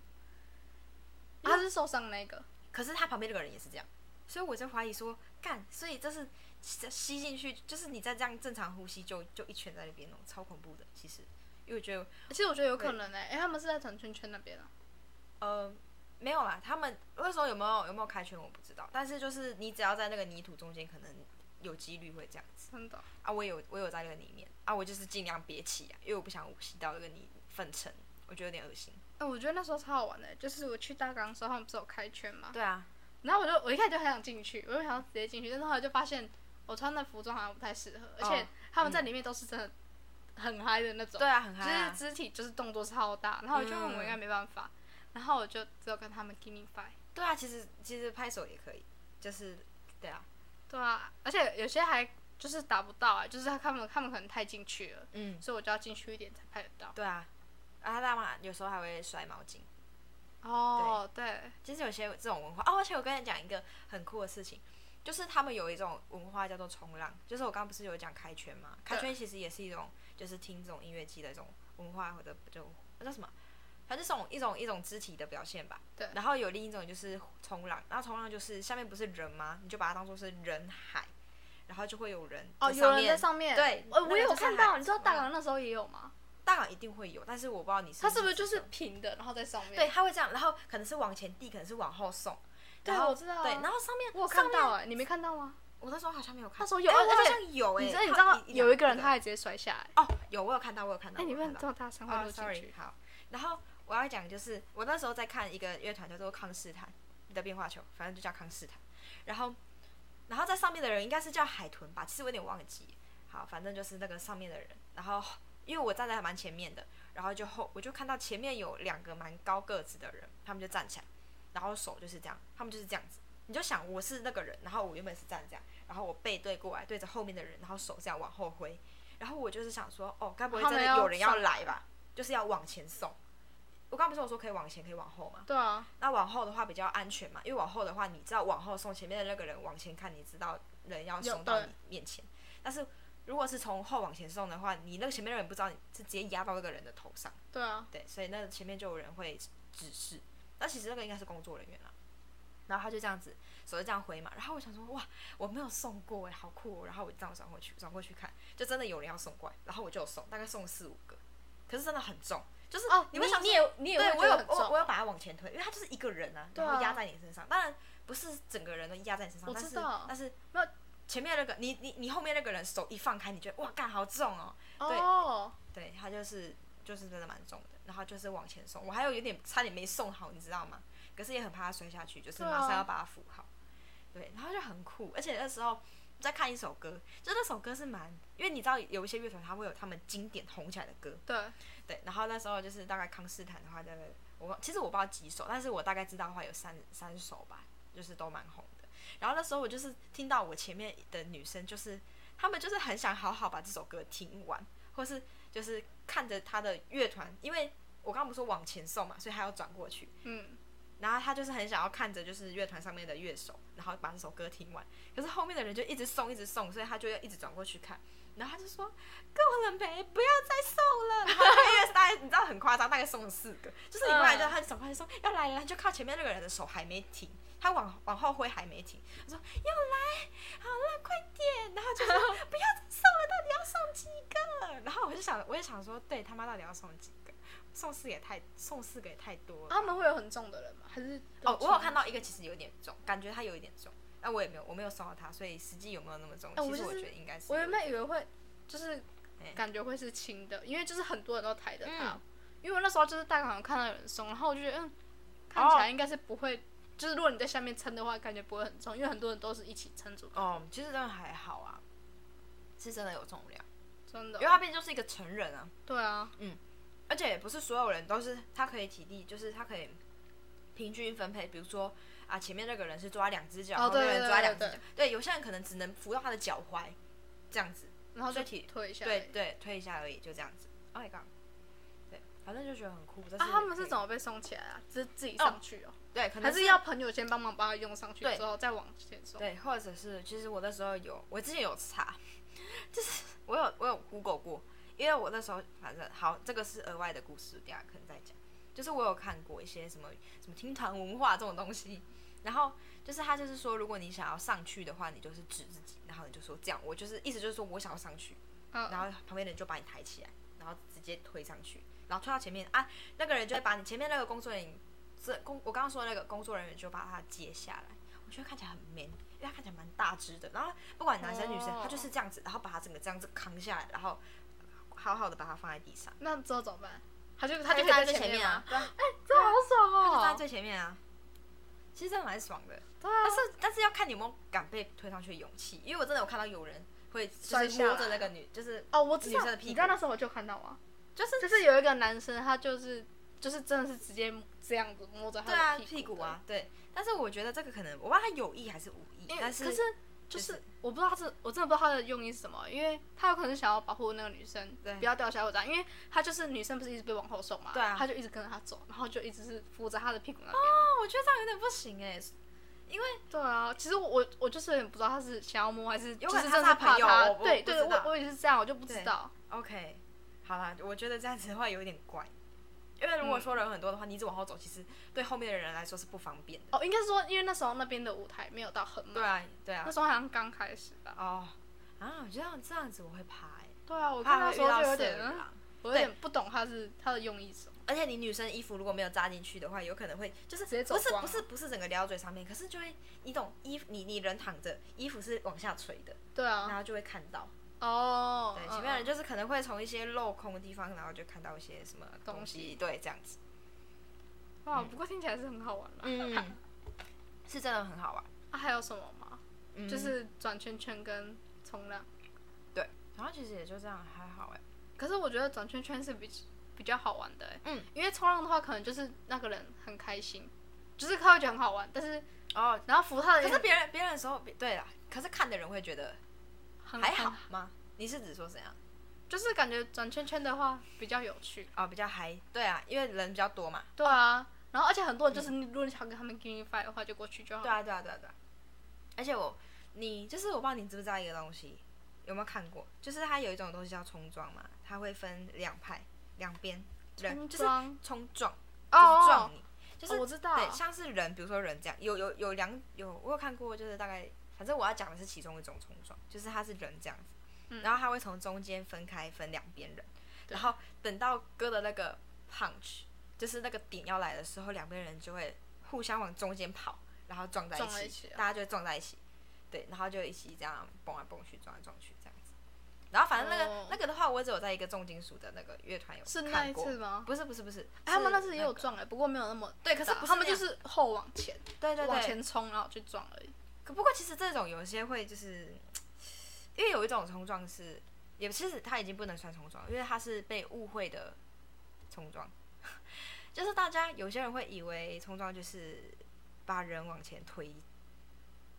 A: 他是受伤的那个，
B: 可是他旁边那个人也是这样，所以我在怀疑说，干，所以这是吸吸进去，就是你再这样正常呼吸就就一圈在那边弄，超恐怖的。其实，因为我觉得，
A: 其实我觉得有可能哎，哎，他们是在转圈圈那边啊，
B: 呃，没有啦，他们那时候有没有有没有开圈我不知道，但是就是你只要在那个泥土中间，可能有几率会这样子。
A: 真的哦，
B: 啊，我有我有在那个里面啊，我就是尽量憋气啊，因为我不想吸到那个泥粉尘，我觉得有点恶心。
A: 哎，我觉得那时候超好玩的，欸就是我去大港的时候，他们不是有开圈嘛，
B: 对啊，
A: 然后我就我一开始就很想进去，我就想要直接进去，但是后来就发现我穿的服装好像不太适合，而且他们在里面都是真的很嗨的那种
B: 哦嗯对，啊，很
A: 就
B: 嗨、
A: 是
B: 啊。嗯
A: 肢体就是动作超大，然后我就问我应该没办法，然后我就只有跟他们 give me five。
B: 对啊，其实其实拍手也可以，就是对啊，
A: 对啊，而且有些还就是打不到啊，就是他们他们可能太进去了，
B: 嗯，
A: 所以我就要进去一点才拍得到。
B: 对啊，啊，大妈有时候还会甩毛巾。
A: 哦，对，
B: 其实有些这种文化哦，而且我跟你讲一个很酷的事情，就是他们有一种文化叫做冲浪，就是我刚刚不是有讲开圈嘛？开圈其实也是一种，就是听这种音乐季的一种文化或者就那叫什么，反正这种一种一种肢体的表现吧。
A: 对
B: 然后有另一种就是冲浪，然后冲浪就是下面不是人吗？你就把它当做是人海，然后就会有人
A: 哦，
B: 在
A: 有
B: 上
A: 人在
B: 面。
A: 上面，
B: 对
A: 呃，
B: 那个
A: 我有
B: 就是
A: 看到，
B: 海
A: 你知道大港那时候也有吗？
B: 大港一定会有，但是我不知道你是
A: 它是不是
B: 指
A: 就是
B: 什么
A: 平的，然后在上面？
B: 对，，它会这样，然后可能是往前递，可能是往后送。
A: 对
B: 然后
A: 我知道啊
B: 对，然后上面
A: 我有
B: 上
A: 看
B: 面
A: 到哎，你没看到吗？
B: 我那时候好像没有看，
A: 那时候有
B: 哎
A: 啊
B: 我
A: 而
B: 好
A: 且
B: 像有哎、
A: 你
B: 欸，
A: 知道你知
B: 他
A: 道有一个人他
B: 他
A: 还直接摔下来，
B: 哦有我有看到我有看到，
A: 哎，你
B: 们
A: 问这么大声，
B: 啊
A: 话就进
B: ，sorry
A: 去。
B: 好，然后我要讲就是我那时候在看一个乐团叫做康斯坦的变化球，反正就叫康斯坦，然后然后在上面的人应该是叫海豚吧，其实我有点忘记，好，反正就是那个上面的人，然后因为我站在还蛮前面的，然后就后我就看到前面有两个蛮高个子的人，他们就站起来，然后手就是这样，他们就是这样子。你就想我是那个人，然后我原本是站这样，然后我背对过来对着后面的人，然后手这样往后挥，然后我就是想说，哦，该不会
A: 他
B: 真
A: 们
B: 的
A: 要
B: 有人要
A: 上来
B: 来吧？就是要往前送。我刚不是我说可以往前，可以往后吗？
A: 对啊，
B: 那往后的话比较安全嘛，因为往后的话，你知道往后送，前面的那个人往前看，你知道人要
A: 有
B: 送到
A: 对
B: 你面前。但是如果是从后往前送的话，你那个前面的人不知道你是直接压到那个人的头上，
A: 对啊，
B: 对，所以那前面就有人会指示。那其实那个应该是工作人员啦。然后他就这样子，手就这样挥嘛。然后我想说，哇，我没有送过哎，好酷、哦。然后我这样转过去，转过去看，就真的有人要送过来，然后我就有送，大概送了四五个，可是真的很重，就是
A: 哦，
B: 你会想
A: 你
B: 说
A: 也你也
B: 对
A: 会
B: 我
A: 觉得
B: 有
A: 很
B: 我我
A: 重，
B: 有把它往前推，因为它就是一个人啊，
A: 对啊
B: 然后压在你身上。当然不是整个人都压在你身上，
A: 我
B: 但
A: 知
B: 是
A: 道
B: 但是
A: 没有
B: 前面那个你你你后面那个人手一放开，你觉得哇干好重哦，对
A: 哦，
B: 对他就是就是真的蛮重的，然后就是往前送，我还有有点差点没送好，你知道吗？可是也很怕它摔下去，就是
A: 对啊
B: 马上要把它扶好，对，然后就很酷，而且那时候。在看一首歌，就那首歌是蛮，因为你知道有一些乐团它会有他们经典红起来的歌，
A: 对，啊
B: 对，然后那时候就是大概康斯坦的话，大概我我忘其实我不知道几首，但是我大概知道的话有三三首吧，就是都蛮红的。然后那时候我就是听到我前面的女生，就是她们就是很想好好把这首歌听完，或是就是看着她的乐团，因为我刚刚不是说往前送嘛，所以她要转过去，
A: 嗯，
B: 然后他就是很想要看着就是乐团上面的乐手，然后把这首歌听完。可是后面的人就一直送，一直送，所以他就要一直转过去看。然后他就说：“够了没？不要再送了。”然后那个乐手大概你知道很夸张，大概送了四个，就是你过来之后，他就转过来说：“要来了。”就靠前面那个人的手还没停，他往往后挥还没停，他说：“要来，好了，快点。”然后就说：“不要再送了，到底要送几个？”然后我就想，我也想说，对他妈到底要送几个？送四个也太送四个也太多了吧。
A: 他们会有很重的人吗？还是
B: 哦，我有看
A: 到，
B: 到一个其实有点重，感觉它有一点重，但我也没有，我没有送到它，所以实际有没有那么重，
A: 哎我
B: 其实
A: 就
B: 我
A: 是
B: 觉得应该是
A: 我
B: 有。
A: 原本以为会就是
B: 哎嗯
A: 感觉会是轻的，因为就是很多人都抬着它，因为我那时候就是大概好像看到有人送，然后我就觉
B: 哦
A: 得嗯，看起来应该是不会。就是如果你在下面撑的话，感觉不会很重，因为很多人都是一起撑住，
B: 哦，其实真的还好啊，是真的有重量，
A: 真
B: 因
A: 的
B: 为。它毕竟就是一个成人啊，
A: 对啊，
B: 而且也不是所有人都是他可以体力，就是他可以平均分配，比如说啊，前面那个人是抓两只脚，
A: 哦
B: 后面
A: 对
B: 那个人
A: 对
B: 抓
A: 对
B: 两只
A: 对
B: 脚，对，有些人可能只能扶到他的脚踝，这样子，
A: 然后就
B: 所以体
A: 推一下啊而已。
B: 对对，推一下而已，就这样子。Oh my god，对，反正就觉得很酷。这
A: 啊，他们是
B: 可以
A: 怎么被送起来啊？是自己上去哦，
B: 对，可能
A: 还是要朋友先帮忙把它用上去
B: 对
A: 之后再往前送？
B: 对，或者是其实我那时候有，我之前有查， 就是 我有我有 Google 过，因为我那时候反正好，这个是额外的故事，等一下可能再讲。就是我有看过一些什么什么厅堂文化这种东西，然后就是他就是说，如果你想要上去的话，你就是指自己，然后你就说这样，我就是意思就是说我想要上去，
A: 嗯，
B: 然后旁边的人就把你抬起来，然后直接推上去，然后推到前面啊，那个人就会把你前面那个工作人员，这工我刚刚说的那个工作人员就把他接下来，我觉得看起来很 man，因为他看起来蛮大只的，然后不管男生女生，
A: 哦
B: 他就是这样子，然后把他整个这样子扛下来，然后好好的把他放在地上，
A: 那之后怎么办？他就
B: 他
A: 就可
B: 就
A: 以在
B: 站在最前面啊
A: 吗？，
B: 对啊，
A: 哎这好
B: 他就站
A: 爽哦
B: 在！最前面啊，其实真的蛮爽的。
A: 对啊
B: 但，是但是要看你有没有敢被推上去的勇气，因为我真的有看到有人会就
A: 摔
B: 是
A: 下来
B: 摸着那个女，就是
A: 哦，我知
B: 女
A: 道
B: 生的，屁股
A: 你知道那时候我就看到啊，
B: 就是
A: 就是有一个男生，他就是就是真的是直接这样子摸着
B: 对啊
A: 他的
B: 屁
A: 股
B: 股
A: 的，
B: 啊，对。但是我觉得这个可能，我不知道他有意还是无意，
A: 因为可
B: 但是
A: 是就
B: 就是
A: 是我不知道他是我真的不知道他的用意是什么，因为他有可能是想要保护那个女生
B: 对
A: 不要掉下来或者怎样，因为他就是女生不是一直被往后送嘛，
B: 对啊
A: 他就一直跟着他走，然后就一直是扶着他的屁股那边。
B: 哦，我觉得这样有点不行哎，
A: 对啊，其实我我我就是有点不知道他是想要摸还是就
B: 有可能
A: 是
B: 他
A: 真的
B: 是
A: 是
B: 他朋
A: 怕
B: 友
A: 他，
B: 我不
A: 对
B: 不
A: 对，
B: 知道
A: 我我也是这样，我就不知
B: 对
A: 道。
B: OK，好啦，我觉得这样子的话有点怪，因为如果说人很多的话，你一直往后走，其实对后面的人来说是不方便的。
A: 哦，应该是说因为那时候那边的舞台没有到很满，
B: 对啊，对啊
A: 那，时候好像刚开始吧。
B: 哦，啊，我觉得这样子我会怕哎，
A: 对啊，我看
B: 怕
A: 那
B: 会
A: 时
B: 遇
A: 候
B: 到啊
A: 就有
B: 色
A: 点，嗯
B: 狼。
A: 我有点不懂他是他的用意是什么。
B: 而且你女生衣服如果没有扎进去的话，有可能会就是
A: 直接走
B: 不是
A: 光
B: 不是不是整个撩嘴上面，可是就会你懂衣服你你人躺着，衣服是往下垂的，
A: 对
B: 然
A: 啊，
B: 后就会看到。
A: 哦，
B: 嗯
A: 嗯
B: 对，前面的人就是可能会从一些镂空的地方，然后就看到一些什么东
A: 东
B: 西，
A: 西
B: 对，这样子。
A: 嗯哇，不过听起来是很好玩啦。
B: 嗯， 是真的很好玩。
A: 啊，还有什么吗？
B: 嗯
A: 就是转圈圈跟冲浪。
B: 然后其实也就这样，还好哎。
A: 可是我觉得转圈圈是比比较好玩的、欸，
B: 嗯，
A: 因为冲浪的话，可能就是那个人很开心，就是他会觉得很好玩，但是
B: 哦，
A: 然后扶他的
B: 可
A: 人
B: 是别人别人的时候，对啦，可是看的人会觉得
A: 很
B: 还好
A: 很
B: 吗？你是指说怎样？
A: 就是感觉转圈圈的话比较有趣，
B: 哦，比较嗨，对啊，因为人比较多嘛。
A: 对啊。然后而且很多人
B: 嗯
A: 就是，如果你想跟他们 give me five 的话，就过去就好。
B: 对啊，对啊，对啊，对啊。而且我，你就是我不知道你知不知道一个东西，有没有看过？就是它有一种东西叫冲撞嘛，它会分两派、两边，人
A: 冲
B: 就是
A: 撞
B: 冲撞，
A: 嗯哦
B: 就是
A: 哦
B: 撞，你，就
A: 就是我知道，
B: 对，像是人，比如说人这样，有有有两有，我有看过，就是大概，反正我要讲的是其中一种冲撞，就是它是人这样子，
A: 嗯
B: 然后它会从中间分开分两边人，
A: 对
B: 然后等到割的那个 punch，就是那个点要来的时候，两边人就会互相往中间跑，然后撞在一
A: 撞
B: 起，
A: 在一起啊
B: 大家就会撞在一起，对，然后就一起这样蹦来蹦去，撞来撞去这样子。然后反正那个、
A: 哦
B: 那个的话，我只有在一个重金属的那个乐团有
A: 是那
B: 看
A: 一
B: 过，
A: 次吗？
B: 不是不是不是，
A: 哎他们那
B: 是
A: 次也有
B: 个
A: 撞哎、不过没有那么
B: 对，可是
A: 大
B: 不是
A: 他们
B: 那
A: 就
B: 样
A: 是后往前，
B: 对对对
A: 往前冲，然后去撞而已。
B: 可不过其实这种有些会就是，因为有一种冲撞是，也其实它已经不能算冲撞，因为它是被误会的冲撞， 就是大家有些人会以为冲撞就是把人往前推，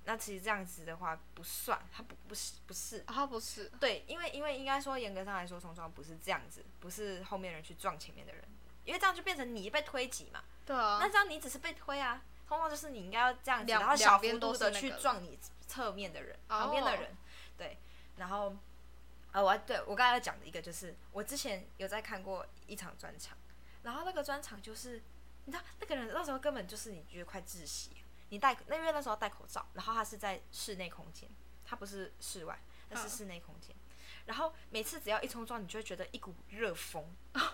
B: 那其实这样子的话不算，它不不是不是。
A: 啊，不是，
B: 对，因为因为应该说严格上来说，冲撞不是这样子，不是后面人去撞前面的人，因为这样就变成你被推挤嘛。
A: 对啊，
B: 那这样你只是被推啊，通常就是你应该要这样子，
A: 两
B: 然后小
A: 两
B: 幅
A: 边都
B: 度
A: 是
B: 的
A: 那
B: 去
A: 个
B: 撞你侧面的人、
A: 哦
B: 旁边的人，对，然后，呃，我要对我刚才要讲的一个就是，我之前有在看过一场专场，然后那个专场就是，你知道那个人那时候根本就是你觉得快窒息，你戴那因为那时候戴口罩，然后他是在室内空间，他不是室外，那是
A: 嗯
B: 室内空间。然后每次只要一冲撞，你就会觉得一股热风，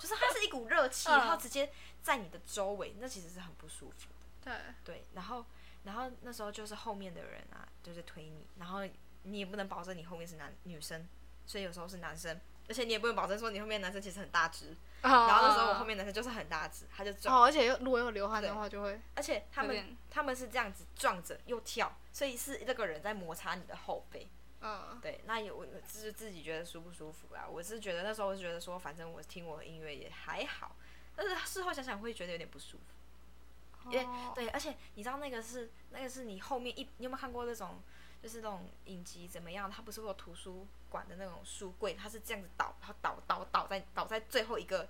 B: 就是它是一股热气，
A: 嗯
B: 然后直接在你的周围，那其实是很不舒服的。
A: 对，
B: 对，然后然后那时候就是后面的人啊，就是推你，然后你也不能保证你后面是男女生，所以有时候是男生，而且你也不能保证说你后面的男生其实很大只。然
A: 然
B: 后那时候我后面的男生就是很大只，他就撞，
A: 哦哦，而且又如果又流汗的话，就会
B: 而且他
A: 有
B: 们
A: 点
B: 他们是这样子撞着又跳，所以是那个人在摩擦你的后背。
A: 嗯，
B: 对，那有就是自己觉得舒不舒服啦。我是觉得那时候我是觉得说，反正我听我的音乐也还好，但是事后想想会觉得有点不舒服。因为
A: 哦
B: 对，而且你知道那个是那个是你后面一，你有没有看过那种就是那种影集怎么样？它不是会有图书馆的那种书柜，它是这样子倒，然后倒倒倒在倒在最后一个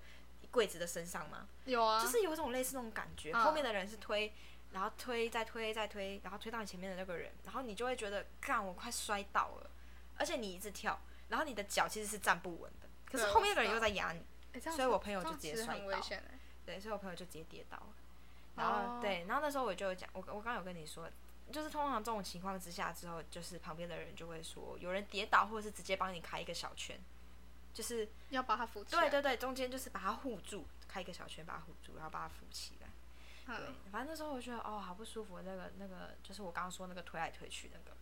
B: 柜子的身上吗？
A: 有啊，
B: 就是有一种类似那种感觉，
A: 嗯
B: 后面的人是推，然后推再推再推，然后推到你前面的那个人，然后你就会觉得，干，我快摔倒了，而且你一直跳，然后你的脚其实是站不稳的，可是
A: 对
B: 后面的
A: 我知
B: 人
A: 道
B: 又在压你，
A: 诶哎这样
B: 所
A: 子
B: 以我朋友
A: 这
B: 就
A: 样
B: 直接
A: 其实
B: 摔
A: 很危
B: 倒
A: 险欸
B: 对，所以我朋友就直接跌倒了，然
A: 哦
B: 后、对，然后那时候我就有讲，我我刚刚有跟你说。就是通常这种情况之下之后，就是旁边的人就会说，有人跌倒，或者是直接帮你开一个小圈，就是
A: 要把它扶起来，
B: 对对对，中间就是把它护住，开一个小圈把它护住，然后把它扶起来。对
A: 嗯，，
B: 反正那时候我觉得哦，好不舒服，那个那个就是我刚刚说那个推来推去那个，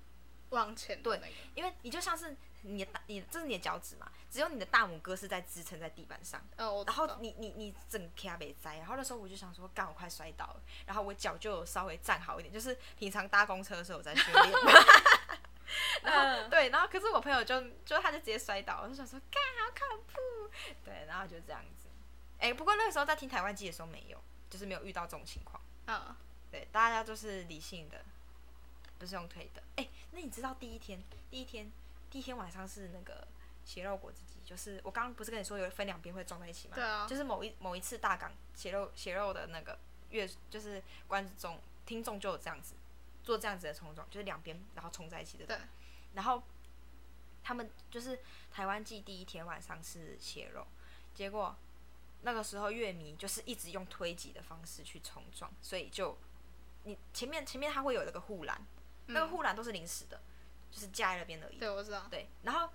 A: 往前的
B: 对
A: 那个，
B: 因为你就像是你的大你这是你的脚趾嘛，只有你的大拇哥是在支撑在地板上，
A: 嗯，我知
B: 然后
A: 道
B: 你你你整个卡被栽，然后那时候我就想说，干我快摔倒了，然后我脚就有稍微站好一点，就是平常搭公车的时候我在训练。 然后
A: 嗯
B: 对，然后可是我朋友就就他就直接摔倒，我就想说，干好恐怖，对，然后就这样子。哎，不过那个时候在听台湾记的时候没有，就是没有遇到这种情况。
A: 嗯，
B: 对，大家都是理性的，不是用推的。哎、那你知道第一天，第一天，第一天晚上是那个血肉果汁机，就是我刚刚不是跟你说有分两边会撞在一起吗？
A: 对啊
B: 就是某一某一次大港血肉血肉的那个乐，就是观众听众就有这样子做这样子的冲撞，就是两边然后冲在一起的。
A: 对。
B: 然后他们就是台湾季第一天晚上是血肉，结果那个时候乐迷就是一直用推挤的方式去冲撞，所以就你前面前面它会有那个护栏，那个
A: 嗯
B: 护栏都是临时的，就是架在那边而已。
A: 对我知道，
B: 对，然后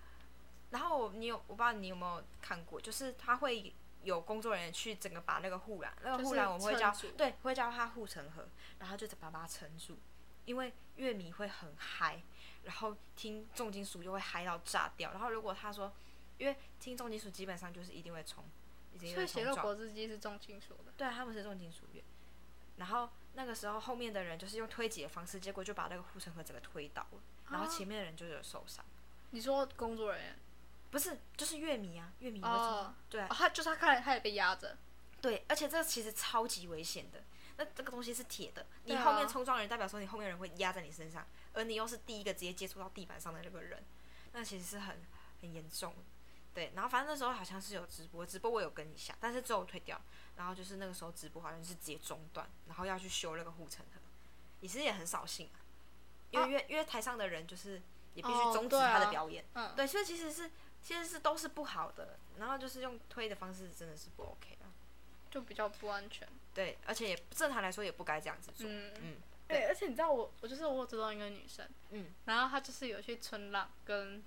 B: 然后我你有我不知道你有没有看过，就是它会有工作人员去整个把那个护栏，那个
A: 就
B: 护
A: 是
B: 栏我们会叫
A: 撑住
B: 对，会叫它护城河，然后就把它撑住，因为乐迷会很嗨，然后听重金属就会嗨到炸掉，然后如果他说，因为听重金属基本上就是一定会冲，一定
A: 所
B: 会
A: 以血
B: 冲
A: 肉
B: 撞。
A: 果汁机是重金属的，
B: 对，啊他们是重金属乐。然后那个时候后面的人就是用推挤的方式，结果就把那个护城河整个推倒了，然后
A: 啊
B: 前面的人就有受伤。
A: 你说工作人员
B: 不是，就是乐迷啊，乐迷会冲。
A: 哦，
B: 对啊
A: 哦他就是他看来他也被压着，
B: 对，而且这其实超级危险的。那这个东西是铁的，你
A: 对
B: 后面
A: 啊
B: 冲撞的人，代表说你后面的人会压在你身上，而你又是第一个直接接触到地板上的那个人，那其实是很很严重的。对，然后反正那时候好像是有直播，直播我有跟一下，但是最后退掉。然后就是那个时候直播好像是直接中断，然后要去修那个护城河，你其实也很扫兴啊，因为、
A: 啊
B: 因为因为台上的人就是也必须
A: 哦
B: 终止
A: 对
B: 他的
A: 啊
B: 表演。
A: 嗯，
B: 对，所以其实是其实是都是不好的，然后就是用推的方式真的是不 OK 啊。
A: 就比较不安全，
B: 对，而且也正常来说也不该这样子做。
A: 嗯
B: 嗯对
A: 对，而且你知道我，我就是我知道一个女生，
B: 嗯
A: 然后她就是有去春浪跟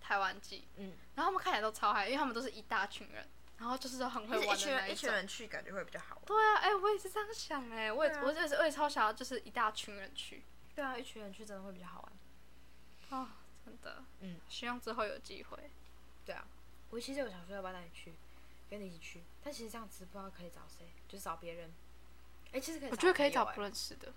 A: 台湾季，
B: 嗯，
A: 然后他们看起来都超嗨，因为他们都是一大群人，然后就是都很会玩的那种。
B: 人去感觉会比较好。
A: 对啊，哎、我也是这样想哎、我也、
B: 对啊
A: 我也是我也超想要，就是一大群人去
B: 对啊，一群人去真的会比较好玩。
A: 啊、真的，
B: 嗯，
A: 希望之后有机会。
B: 对啊，我其实有想说要不要带你去，跟你一起去，但其实这样子不知道可以找谁，就找别人。哎，其实可以，
A: 我觉得可以找
B: 不
A: 不认识的。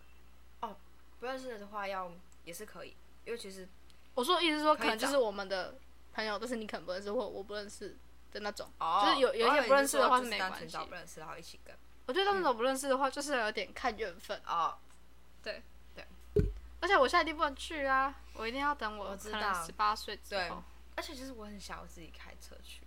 B: 不认识的话要也是可以，因为其实
A: 我说的意思是说，
B: 可以
A: 可能就
B: 找
A: 是我们的朋友，但是你可能不认识或我不认识的那种。
B: 哦
A: 就是有有一些
B: 我以为
A: 不认
B: 你
A: 识
B: 说
A: 的话
B: 就是
A: 没
B: 单
A: 关
B: 纯找
A: 系
B: 不认识，然后一起跟。
A: 我我对他们种不认识的话，就是有点看缘分。
B: 哦，
A: 而且我现在一定不能去啊，我一定要等
B: 我
A: 我
B: 知
A: 可
B: 道
A: 能十八岁之
B: 对
A: 后。
B: 而且就是我很想要自己开车去，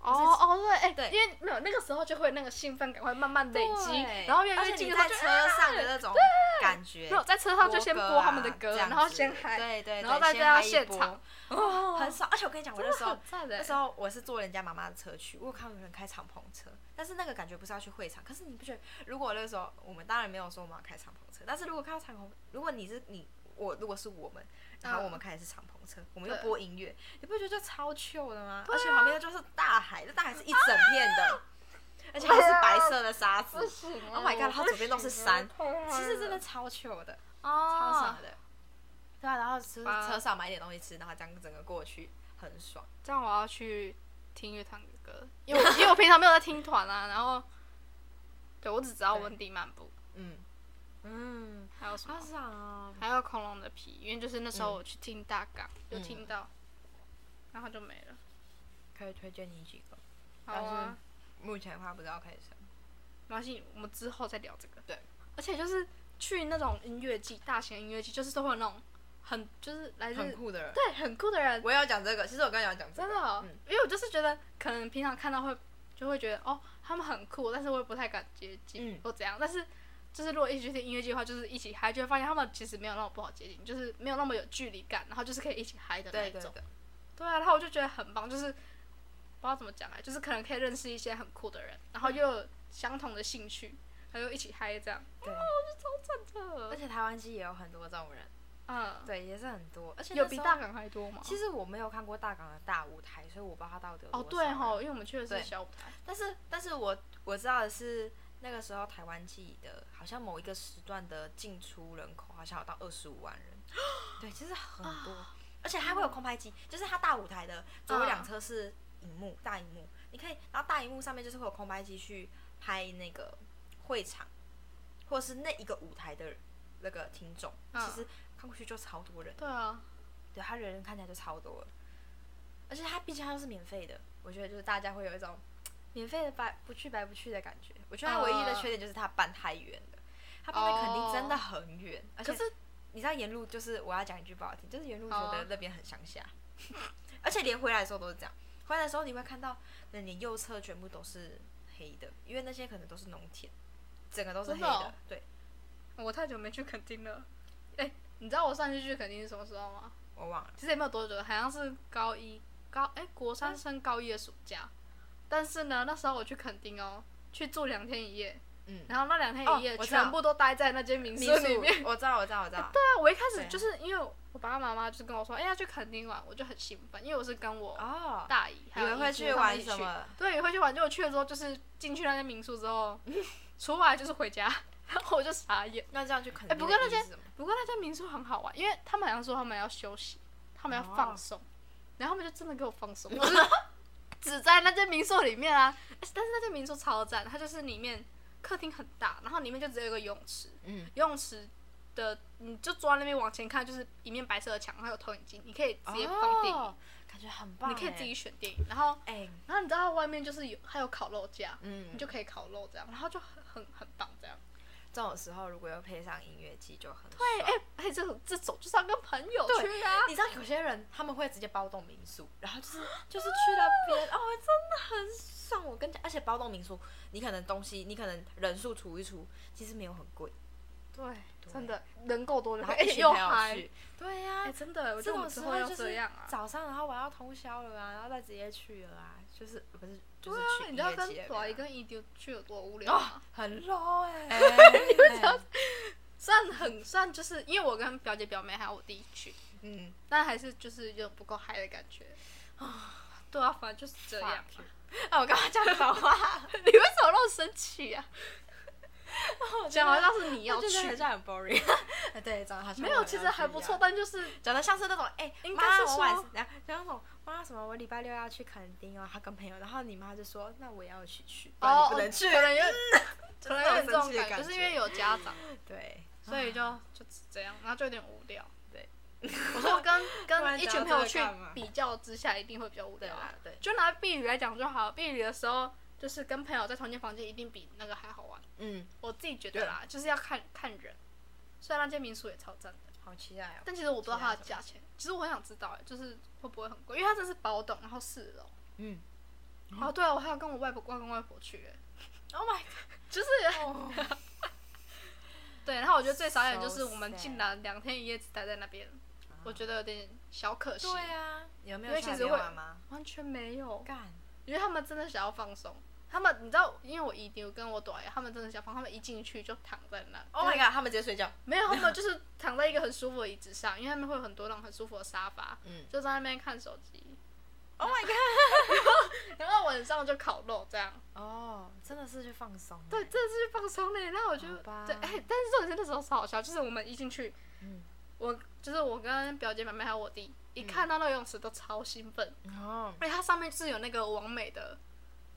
A: 哦哦对，哎、
B: 对
A: 因为没有那个时候就会有那个兴奋感会慢慢累积
B: 对，
A: 然后越来
B: 而
A: 越
B: 且
A: 近
B: 你
A: 的时候
B: 在
A: 就啊
B: 车上的那种感觉，
A: 没有在车上就先
B: 播
A: 播他们的
B: 啊
A: 歌，
B: 这样
A: 然后
B: 子
A: 先嗨，
B: 对对，
A: 然后再
B: 对先
A: 加
B: 嗨
A: 到
B: 一
A: 现
B: 波
A: 场，
B: 哦，很爽。而且我跟你讲，我那时 候
A: 很赞的
B: 那时候我是坐人家妈妈的车去，我有看到有人开敞篷车，但是那个感觉不是要去会场。可是你不觉得，如果那个时候我们当然没有说我们要开敞篷车，但是如果看到敞篷，如果你是你我，如果是我们，然后我们开的是敞篷车，我们又
A: 对
B: 播音乐，你不觉得就超 chill 的吗？
A: 啊
B: 而且旁边就是大海，那大海是一整片的，而且还是白色的沙子，
A: 行啊
B: Oh my god，它左边都是山其实真的
A: 超
B: 超 chill 的，超
A: 爽
B: 爽的。对啊，然后车
A: 哦哇
B: 车上买点东西吃，然后这样整个过去很爽。
A: 这样我要去听乐团的歌，因为我因为我平常没有在听团啊，然后对我只知道
B: 对
A: 温迪漫步，
B: 嗯嗯，
A: 还有什么
B: 好？爽哦！
A: 还有恐龙的皮，因为就是那时候
B: 嗯
A: 我去听大港，有
B: 嗯
A: 听到，然后就没了。
B: 可以推荐你几个，
A: 好
B: 但
A: 啊
B: 是，目前的话不知道开什么。
A: 没关系，我们之后再聊这个。
B: 对，
A: 而且就是去那种音乐季，大型音乐季，就是都会有那种很就是来自
B: 很酷的人，
A: 对很酷的人，
B: 我也要讲这个。其实我刚刚要讲这
A: 真
B: 个，
A: 的哦、
B: 嗯
A: 因为我就是觉得可能平常看到会就会觉得哦他们很酷，但是我也不太敢接近
B: 嗯
A: 或怎样，但是。就是如果一起去听音乐季的话，就是一起嗨，就会发现他们其实没有那么不好接近，就是没有那么有距离感，然后就是可以一起嗨的那
B: 对
A: 一种
B: 对。对，
A: 对啊，然后我就觉得很棒，就是不知道怎么讲啊，就是可能可以认识一些很酷的人，然
B: 嗯
A: 后又有相同的兴趣，然后又一起嗨这样。
B: 对
A: 哦，我就超赞
B: 而
A: 的。
B: 且台湾机也有很多这种人，
A: 嗯，
B: 对，也是很多。而且
A: 有
B: 那
A: 比
B: 时候
A: 大，港还多吗？
B: 其实我没有看过大港的大舞台，所以我不知道他到底有
A: 哦，
B: 多少
A: 对
B: 人
A: 吼，因为我们去的是
B: 对
A: 小舞台。
B: 但是，但是我我知道的是，那个时候台湾记的，好像某一个时段的进出人口好像有到二十五万人，对，其实很多，而且它会有空拍机，就是它大舞台的左右两侧是荧幕，大荧幕，你可以，然后大荧幕上面就是会有空拍机去拍那个会场，或者是那一个舞台的那个听众，
A: 嗯
B: 其实看过去就超多人，
A: 对啊，
B: 对，它人看起来就超多了，而且它毕竟它又是免费的，我觉得就是大家会有一种免费的白不去白不去的感觉。我觉得它唯
A: 哦
B: 一的缺点就是它办太远了，它办的肯定真的很远，而且
A: 可是
B: 你知道沿路就是我要讲一句不好听，就是沿路觉
A: 哦
B: 得那边很乡下， 而且连回来的时候都是这样。回来的时候你会看到，那你右侧全部都是黑的，因为那些可能都是农田，整个都是黑
A: 真的哦
B: 对，
A: 我太久没去垦丁了。哎、你知道我上次去垦丁是什么时候吗？
B: 我忘了。
A: 其实也没有多久，好像是高一高哎、国
B: 嗯
A: 三升高一的暑假。但是呢，那时候我去垦丁哦，去住两天一夜，
B: 嗯，
A: 然后那两天
B: 哦
A: 一夜
B: 我知道
A: 全部都待在那间民宿里面。
B: 我知道，我知道，我知道。
A: 对啊，我一开始
B: 对
A: 就是因为我爸爸妈妈就跟我说，哎、要去垦丁玩，我就很兴奋，因为我是跟我
B: 哦，
A: 大姨还
B: 你
A: 有
B: 们会
A: 姨姑
B: 去
A: 他们
B: 玩
A: 一起
B: 什么？
A: 对，也会去玩。结果去了之后，就是进去那间民宿之 后，出来就是回家，然后我就傻眼。
B: 那这样去肯
A: 哎
B: 定。
A: 不过那些不过那间民宿很好玩，因为他们好像说他们要休息，他们要放松，然后他们就真的给我放 松，就是只在那间民宿里面啊。 但是那间民宿超赞，它就是里面客厅很大，然后里面就只有一个泳池，
B: 嗯，
A: 游泳池的，你就坐在那边往前看，就是一面白色的墙，还有投影机，你可以直接放电影，
B: 哦，感觉很棒。欸
A: 你可以自己选电影。然后，
B: 哎、
A: 然后你知道外面就是有还有烤肉架，
B: 嗯
A: 你，就可以烤肉这样，然后就很很很棒这样。
B: 这种时候如果又配上音乐季就 很
A: 对，
B: 爽
A: 哎、哎、这种这种就是要跟朋友
B: 对
A: 去啊。
B: 你知道有些人他们会直接包栋民宿，然后就是就是去那边，哦，真的很爽。我跟你讲，而且包栋民宿，你可能东西，你可能人数除一除，其实没有很贵，
A: 对，
B: 对
A: 真的人够多就
B: 然
A: 可
B: 后
A: 以，而
B: 一
A: 且
B: 群
A: 哎又
B: 朋友
A: 嗨。
B: 去，对呀、
A: 哎、真的，我觉
B: 这
A: 得我
B: 种
A: 们之
B: 时
A: 后
B: 候
A: 要
B: 就
A: 这
B: 是
A: 样啊。
B: 早上，然后玩到通宵了啊，然后再直接去了啊，就是不是就是去
A: 啊你
B: 音
A: 知道
B: 乐
A: 跟
B: 节
A: 朵
B: 那
A: 一
B: 边啊，
A: 跟一丢去有多无聊吗？
B: 很 low 哎、
A: 虽然很虽然就是因为我跟表姐表妹还有我弟去，
B: 嗯，
A: 但还是就是有种不够嗨的感觉啊。对啊，反正就是这样嘛。
B: 啊，我刚刚讲啊反话，
A: 你为什么那么生气啊？讲好像是你要
B: 我觉得
A: 去
B: 很，像很 boring。对， 哎长得好像
A: 没有，其实还不错，，但就是
B: 长得像是那种哎，
A: 应
B: 妈
A: 该是
B: 我晚
A: 说
B: 然后然后那种妈什么，我礼拜六要去垦丁哦，他跟朋友，然后你妈就说那我也要一起去，不然你
A: 哦，
B: 不能去，
A: 可 能有
B: 就
A: 可
B: 是
A: 能
B: 那
A: 有这
B: 生
A: 种
B: 气的
A: 感觉，就是因为有家长，
B: 对，
A: 所以就就这样，然后就有点无聊。
B: 啊对，
A: 我说 跟
B: 不然
A: 跟一群
B: 讲到
A: 朋友
B: 这
A: 去
B: 个干嘛
A: 比较之下，一定会比较无
B: 对
A: 聊啊。
B: 啦对，
A: 就拿避雨来讲就好，避雨的时候就是跟朋友在同间房间，一定比那个还好玩。
B: 嗯，
A: 我自己觉得啦，就是要看看人。虽然那间民宿也超赞的，
B: 好期待哦。
A: 但其实我不知道它的价钱。其实我很想知道、欸，就是会不会很贵，因为它这是包栋，然后四楼。
B: 嗯。
A: 哦，对啊，我还要跟我外婆、外公、外婆去、欸，
B: Oh my
A: 就是、
B: god！
A: 对。然后我觉得最傻眼
B: So
A: 就
B: 啊
A: 是我们竟然两天一夜只待在那边，我觉得有点小可惜。
B: 对啊，有没
A: 因
B: 有
A: 为
B: 去
A: 其
B: 那
A: 实
B: 边
A: 会
B: 玩吗？
A: 完全没有，
B: 干，
A: 因为他们真的想要放松。他们你知道，因为我姨丢跟我朵爷，他们真的想放，他们一进去就躺在那。
B: Oh my god！他们直接睡觉。
A: 没有，他 们就是躺在一个很舒服的椅子上，因为他们会有很多那种很舒服的沙发，
B: 嗯
A: 就在那边看手机，
B: Oh my god！
A: 然后晚上就烤肉这样。
B: 哦，真的是去放松。
A: 对，，真的是放松嘞。那我就
B: 好吧
A: 对，哎、但是重点是那时候超好笑，就是我们一进去，
B: 嗯
A: 我就是我跟表姐、妹妹还有我弟，一看到那个游泳池都超兴奋，哎
B: 哦，
A: 而且它上面是有那个完美的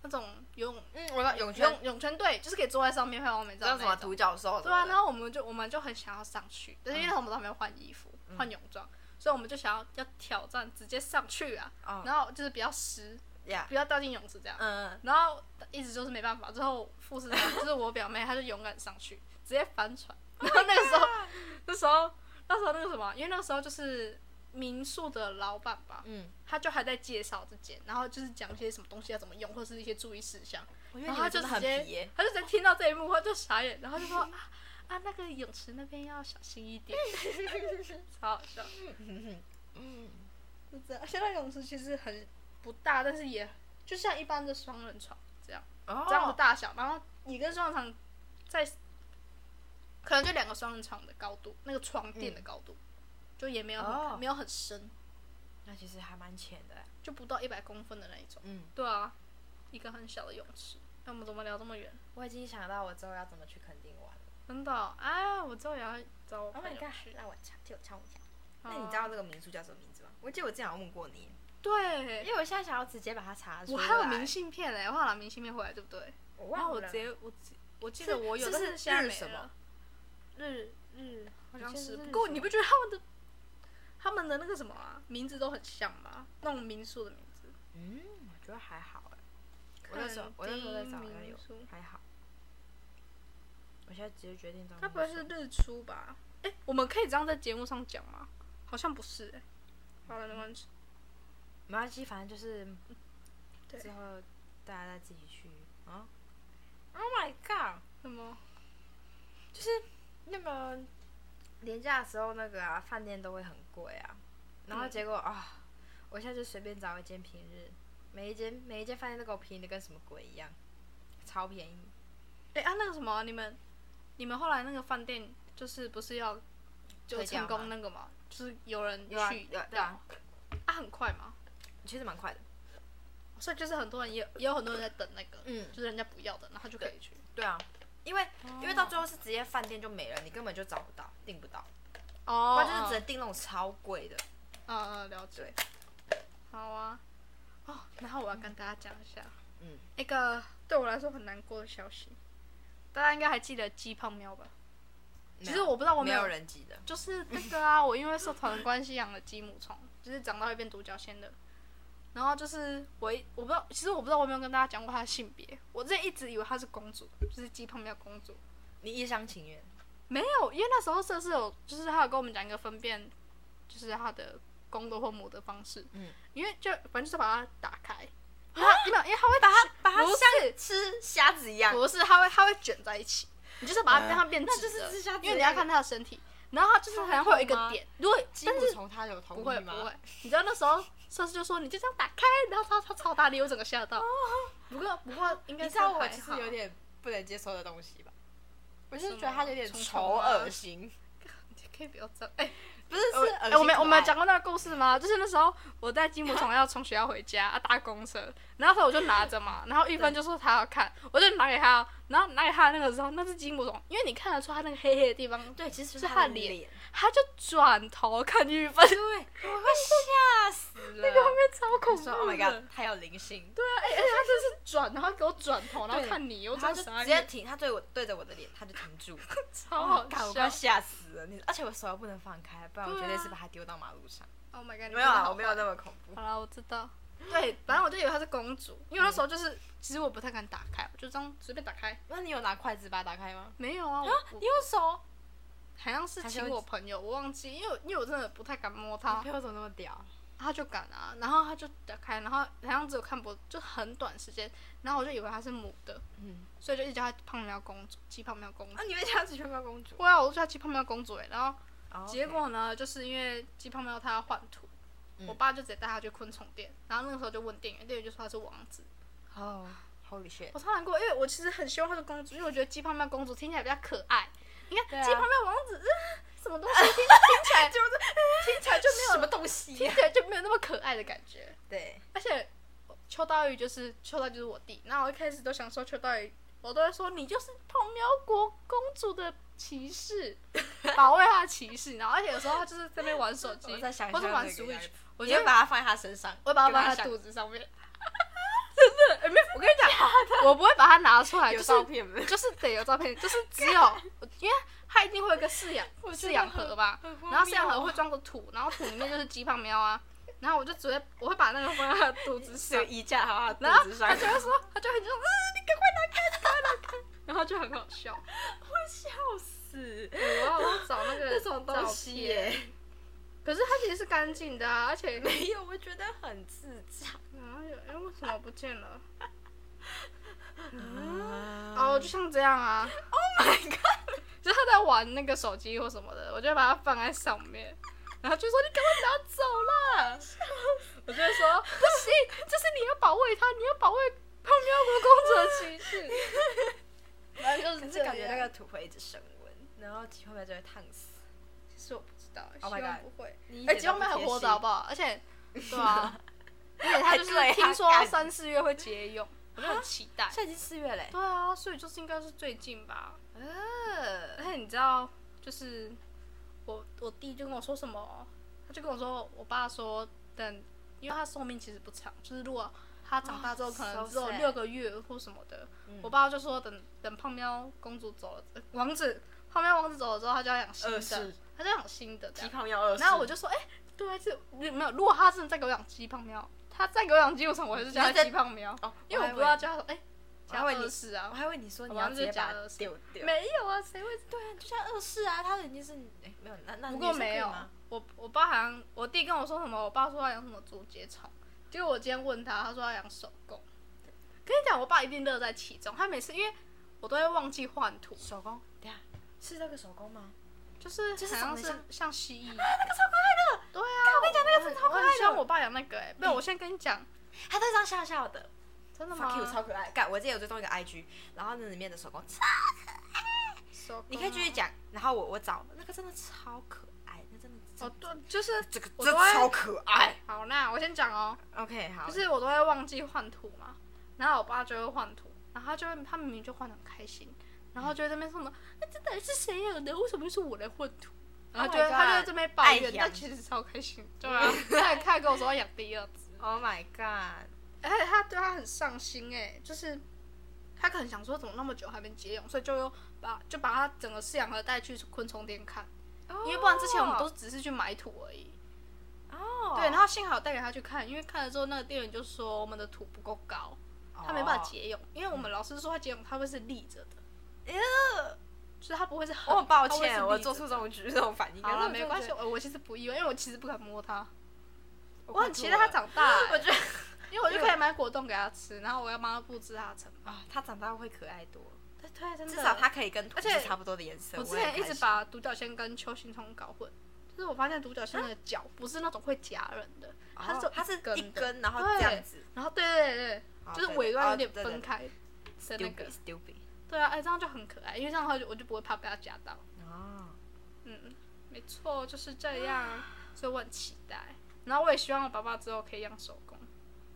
A: 那种游泳
B: 嗯，我知道泳圈，
A: 泳泳圈队，就是可以坐在上面拍完美
B: 知道
A: 照
B: 什么
A: 那种。
B: 独角兽？
A: 对啊，然，后我们就我们就很想要上去，但是因
B: 嗯
A: 为那时候我们都还没有换衣服、换泳装，所以我们就想要要挑战直接上去啊，
B: 哦
A: 然后就是比较湿，
B: 呀，
A: 不要掉进泳池这样。
B: 嗯，
A: 然后一直就是没办法，最后副市长就是我表妹，她就勇敢上去，直接翻船。然后那个时候，那时候那时候那个什么，因为那个时候就是民宿的老板吧，
B: 嗯，
A: 他就还在介绍这间，然后就是讲一些什么东西要怎么用，或是一些注意事项。
B: 我觉得
A: 然
B: 你
A: 后他
B: 们
A: 就
B: 真的
A: 直
B: 很
A: 接，
B: 皮 耶。
A: 他就直接听到这一幕，他就傻眼，然后就 说啊啊，那个泳池那边要小心一点，超好笑。
B: 嗯
A: 就这样，现在泳池其实很不大，但是也就像一般的双人床这样，
B: 哦
A: 这样的大小，然后你跟双人床在可能就两个双人床的高度，那个床垫的高度，就也没有很、
B: 嗯哦
A: 没有很深，
B: 那其实还蛮浅的。
A: 就不到一百公分的那一种。
B: 嗯，
A: 对啊，一个很小的泳池。那我们怎么聊这么远？
B: 我已经想到我之后要怎么去垦丁玩了。
A: 真的哦、啊！我之后也要找我
B: Oh
A: 朋
B: my
A: 友哦
B: god！
A: 去。
B: 那我唱，替我唱一下。
A: 好
B: 那哦你知道这个民宿叫什么名字吗？我记得我之前好像问过你，因
A: 对，
B: 为我现在想要直接把它查出
A: 我
B: 来。
A: 还有明，信片哎嘞，我好拿明信片回来，对不对？
B: 哦我
A: 然后
B: 忘
A: 我
B: 了
A: 直。接我记我记得我有，
B: 是
A: 但
B: 是
A: 现在
B: 日
A: 没
B: 什
A: 了
B: 么日日
A: 好像是。不
B: 不
A: 过
B: 过
A: 你
B: 你
A: 不觉得他们的他们的那个什么啊，名字都很像吗？那种民宿的名字。
B: 嗯，我觉得还好哎。我那时候
A: 垦
B: 我那时候在
A: 丁
B: 找，好像
A: 民
B: 有
A: 宿
B: 还好。我现在直接决定找民宿。
A: 该不会是日出吧？哎、我们可以这样在节目上讲吗？好像不是哎、好了，没
B: 嗯
A: 关系。
B: 没关系，反正就是
A: 对
B: 之后大家再自己去啊。Oh my god！
A: 什么？
B: 就是那个廉价的时候，那个啊，饭店都会很贵啊。然后
A: 嗯
B: 结果啊、我现在就随便找一间平日，每一间每一间饭店都给我便宜的跟什么鬼一样，超便宜。
A: 哎、啊，那个什么，你们你们后来那个饭店就是不是要就
B: 退掉
A: 成功
B: 吗
A: 那个吗？就是有人去
B: 有啊有啊对啊
A: 掉啊，很快吗？
B: 其实蛮快的。
A: 所以就是很多人也也有很多人在等那个，
B: 嗯
A: 就是人家不要的，然后就可以去。
B: 对啊，因为、
A: 哦
B: 因为到最后是直接饭店就没了，你根本就找不到，订不到，
A: 哦
B: 不然就是只能订那种超贵的。
A: 嗯嗯，了解。好啊，哦，然后我要跟大家讲一下，
B: 嗯，
A: 一个对我来说很难过的消息，大家应该还记得鸡胖喵吧？其实我不知道哦我
B: 没
A: 没有
B: 有人挤的。
A: 就是那个啊， 我因为社团的关系养了鸡母虫，就是长大会变独角仙的。然后就是我一我不知道，其实我不知道我有没有跟大家讲过她的性别，我之前一直以为她是公主，就是鸡胖喵公主。
B: 你一厢情愿。
A: 没有，因为那时候社是有，就是他有跟我们讲一个分辨，就是他的公的或母的方式。
B: 嗯，
A: 因为就反正就是把它打开， 因为他因为因为他会把它
B: 把它
A: 不
B: 像吃虾子一样，
A: 不是，它会它会卷在一起，你就是把它
B: 嗯
A: 让它变直的，
B: 那就是吃虾子
A: 因为你要看它的身体，然后它就是好像会有一
B: 它会
A: 个
B: 痛吗
A: 点，如果
B: 鸡
A: 但
B: 母
A: 是
B: 虫它有头
A: 不
B: 不
A: 会
B: 会
A: 不会，你知道那时候社师就说你就这样打开，然后它它超大力，我整个吓到。不过不过应该
B: 哦
A: 是
B: 你知道我
A: 还
B: 其实
A: 好
B: 有点不能接受的东西吧？我
A: 什
B: 是
A: 么
B: 觉得它有点
A: 虫
B: 丑
A: 虫啊
B: 恶心，
A: 可以不要这 样，哎、
B: 不是是
A: 哎、
B: 恶心
A: 我们我们
B: 可爱
A: 讲过那个故事吗？就是那时候我带金木虫要从学校回家，啊搭公车，然后那时候我就拿着 嘛，然后玉芬就说她要看，我就拿给她，然后拿给她的那个时候，那只金木虫，因为你看得出它那个黑黑的地方，
B: 对，其实
A: 是
B: 它
A: 它
B: 的
A: 脸
B: 脸，
A: 它就转头看玉芬，
B: 对，我会吓死了。
A: 那个画面超恐怖
B: 说
A: 的。
B: Oh my god，它有灵性，对，
A: 哎哎，它真是转，然后给我转头，然后
B: 对
A: 看你，我
B: 它
A: 真
B: 就
A: 的傻
B: 直接
A: 眼，
B: 停，它对我对着我的脸，它就停 住，
A: 超
B: Oh my
A: 好
B: god，
A: 笑
B: 我快。吓死了。你而且我手又不能放开，不然我
A: 对
B: 绝对
A: 啊
B: 是把它丢到马路上。
A: Oh my god，你
B: 没有啊，
A: 真的好
B: 我没有那么恐怖。
A: 好了，我知道。对，反正我就以为她是公主，因为那时候就是其实我不太敢打开，我就这样随便打开。
B: 那你有拿筷子把它打开吗？
A: 没有啊，我我
B: 你用手？
A: 好像是
B: 还是
A: 请
B: 会
A: 我朋友，我忘记，因为我因为我真的不太敢摸它
B: 你，朋友怎么那么屌？
A: 他就敢啊，然后他就打开，然后好像只有看脖子，就很短时间，然后我就以为她是母的，
B: 嗯，
A: 所以就一直叫她胖喵公主，鸡胖喵公主。
B: 啊，你们家是全包公主？
A: 对啊，我就叫她鸡胖喵公主哎、然后
B: 哦
A: 结果呢，就是因为鸡胖喵它要换图，
B: 嗯
A: 我爸就直接带她去昆虫店，然后那个时候就问店员，店员就说她是王子，
B: 哦，Holy shit！
A: 我超难过，因为我其实很希望她是公主，因为我觉得鸡胖喵公主听起来比较可爱。你
B: 对
A: 看
B: 啊
A: 鸡胖喵王子、呃什么东西，听听起来就是听起来就没有
B: 什么东西啊
A: 听起来就没有那么可爱的感觉。
B: 对，
A: 而且秋刀鱼就是秋刀鱼就是我弟，然后我一开始都想说秋刀鱼，我都会说你就是泡喵国公主的骑 士，保卫她的骑士。然后而且有时候他就是在那边玩手机，
B: 我在想
A: 或者
B: 象
A: 玩
B: 这个样
A: Switch，
B: 子
A: 我
B: 你
A: 觉
B: 会
A: 得
B: 把它放在他身上，
A: 我会把它
B: 给它
A: 放在
B: 想
A: 肚子上面，
B: 哎没有，我跟你讲，
A: 我不会把它拿出来，就
B: 有
A: 是
B: 照片没？
A: 就是得有照片， 就是只有因为它一定会有一个饲养
B: 我觉
A: 饲
B: 得
A: 养
B: 很
A: 盒吧，
B: 很荒
A: 然后饲养
B: 谬
A: 盒会装个土，然后土里面就是鸡胖喵啊，然后我就只会我会把那个放在它的肚子
B: 只
A: 上
B: 有。衣架还放在
A: 然后
B: 肚子上
A: 他，就会说，他就会说，嗯，你赶快拿开，你赶快拿开， 然后就很好笑。
B: 笑死！
A: 对 我要找 那个
B: 这种东西耶
A: 照片，可是它其实是干净的啊，而且，
B: 没有，我觉得很智障。
A: 哎呦，哎，为什么不见了？哦，
B: 哦
A: 就像这样啊。Oh my god！就是 他在玩那个手机或什么的，我就会把它放在上面，然后就说你赶快拿走 啦。我就会说不行，这是你要保卫它，你要保卫胖喵国公主的骑 士。然后就是
B: 可
A: 这
B: 是
A: 样
B: 感觉那个土会一直升温，然后鸡泡面就会烫死。
A: 其实我不知道，希
B: Oh my
A: 望
B: god
A: 不会。
B: 你
A: 哎，结婚妹很活的好不好？而 且，对啊，而且他就
B: 对
A: 是
B: 啊
A: 听说
B: 干
A: 三四月会结 蛹，我就很期待。
B: 现在已经四月嘞。
A: 对啊，所以就是应该是最近吧。
B: 啊
A: 而
B: 呃，
A: 且你知道，就是我我弟就跟我说什么，他就跟我说，我爸说等，因为他寿命其实不长，就是如果他长大之后
B: 哦
A: 可能
B: so
A: 只有
B: sad
A: 六个月或什么的，
B: 嗯
A: 我爸就说等等胖喵公主走了，呃王子胖喵王子走了之后，他就要养新
B: 二
A: 的
B: 世，
A: 他就要养新的这
B: 鸡
A: 样。
B: 泡面二十。
A: 然后我就说，哎、对，这没有，如果他真的再给我养鸡胖喵，他再给我养鸡，我想我还是叫他
B: 你就在
A: 鸡胖喵，
B: 哦，
A: 因为我
B: 还
A: 不
B: 以
A: 知道，叫他哎、加
B: 我还以为
A: 二
B: 你
A: 世啊
B: 我，还以为你说你
A: 好吧
B: 要
A: 那
B: 直
A: 就
B: 接把
A: 假
B: 它
A: 的是
B: 丢掉。
A: 没有啊，谁会？啊
B: 对啊，就像二世啊，他的已经是哎没有那那
A: 不
B: 女
A: 过
B: 生
A: 没
B: 可以
A: 有
B: 吗，
A: 我我爸好像我弟跟我说什么，我爸说要养什么竹节虫，结果我今天问他，他说要养手工。跟你讲，我爸一定乐在其中，他每次因为我都会忘记换图，
B: 手工，对啊，是那个手工吗？
A: 就是
B: 就是
A: 好像
B: 长得
A: 是
B: 像
A: 像啊蜥蜴，
B: 那个超可爱的，
A: 对啊，我跟你讲那个真的超可爱我很希望我爸养那个哎、没有，
B: 嗯
A: 我先跟你讲，啊
B: 它那张笑笑的
A: 真的吗
B: ，fuck you，？超可爱。干，我之前有追踪一个 IG，然后那里面的手工超，
A: 啊手工
B: 你可以继续
A: 啊。
B: 讲，然后我我找那个真的超可爱，那真的
A: 哦，对，就是
B: 这个
A: 我
B: 这
A: 都会
B: 超可爱。
A: 好，那我先讲哦、
B: OK，好，
A: 就是我都会忘记换图嘛，然后我爸就会换图，然后他就会他明明就换的很开心，然后就会在那边说什么，那这到底是谁养的？为什么又是我来换图？然后
B: Oh
A: 就
B: my
A: 会、他就会
B: god，
A: 这边抱
B: 爱
A: 怨，
B: 养
A: 但其实超开心，对啊， 他还他还跟我说要养第二只，
B: Oh my god，
A: 而且他对他很上心哎、就是他可能想说怎么那么久还没结蛹，所以就又把就把他整个饲养盒带去昆虫店看，因为不然之前我们都只是去买土而已。
B: 哦，
A: 对，然后幸好带给他去看，因为看了之后那个店员就说我们的土不够高，它没办法
B: 哦。
A: 结蛹，因为我们老师说它结蛹，它会是立着的，
B: 哎
A: 就是它不会是横。
B: 哦我很抱
A: 它会是立着
B: 歉，
A: 的
B: 我做出这种举这种反应。
A: 哦好
B: 了，
A: 了，没关系，，我我其实不意外，因为我其实不敢摸它，我
B: 我
A: 很期待它。长大、
B: 我觉得
A: 因为我就可以买果冻给它吃，然后我要帮它布置它的城堡。
B: 啊，它长大会可爱多，
A: 对对，真的。
B: 至少它可以跟
A: 而
B: 土
A: 且
B: 是差不多的颜色。
A: 我之
B: 也
A: 前
B: 很
A: 一
B: 开哦
A: 直
B: 心
A: 把独角仙跟球形虫搞混，就是我发现独角仙的脚不是那种会夹人的，它是
B: 哦它是一
A: 根的，
B: 根，然后
A: 对
B: 这样子，
A: 然后对对对
B: 哦
A: 对，就是
B: 对对
A: 尾端有
B: 哦
A: 点
B: 对对
A: 分
B: 对
A: 开的那
B: stupid
A: 个。
B: stupid
A: 对啊，哎，这样就很可爱，因为这样的话就我就不会怕被它夹到。
B: 哦，
A: 嗯，没错，就是这样，啊所以我很期待。然后我也希望我爸爸之后可以养手工，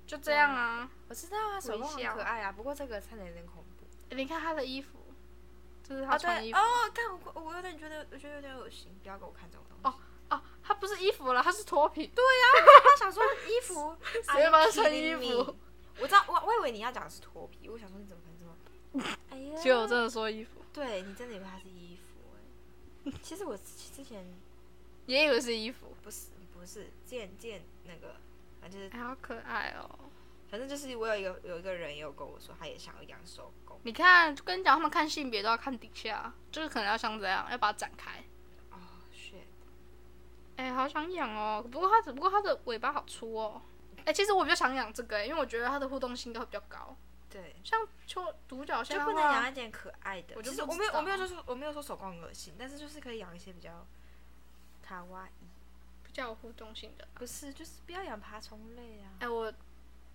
A: 就这样啊。
B: 我知道啊，手工很
A: 微笑
B: 可爱啊，不过这个差点有点恐怖。
A: 诶你看他的衣服，就是他
B: 啊
A: 穿的
B: 对
A: 衣服。
B: 哦，看我我有点觉得，我觉得有点恶心，不要给我看这种东西。
A: 哦哦，他不是衣服了，他是脱皮。对，
B: 他想说衣 服，
A: 谁帮他穿衣服
B: Are you kidding me？我知道，我我以为你要讲的是脱皮，我想说你怎么可能这么？哎 呀，
A: 结果我真的说衣服，
B: 对你真的以为它是衣服哎、其实我之前
A: 也以为是衣服。
B: 不是不是，之前之前那个反正就是
A: 哎好可爱哦！
B: 反正就是我有一个有一个人也有跟我说，他也想要养手狗。
A: 你看，就跟你讲，他们看性别都要看底下，就是可能要像这样，要把它展开。
B: 哦、shit，
A: 哎、好想养哦！不过它只不过它的尾巴好粗哦。哎、其实我比较想养这个、哎，因为我觉得它的互动性都比较高。
B: 对，
A: 像就独角仙
B: 就
A: 的
B: 不能
A: 话
B: 养一点可爱的。
A: 我就
B: 其实
A: 不
B: 我
A: 知
B: 没有
A: 道
B: 我没有说说我没有说手工很恶心，但是就是可以养一些比较卡哇伊，
A: 比较有互动性的。
B: 不是就是不要养爬虫类啊。
A: 哎、我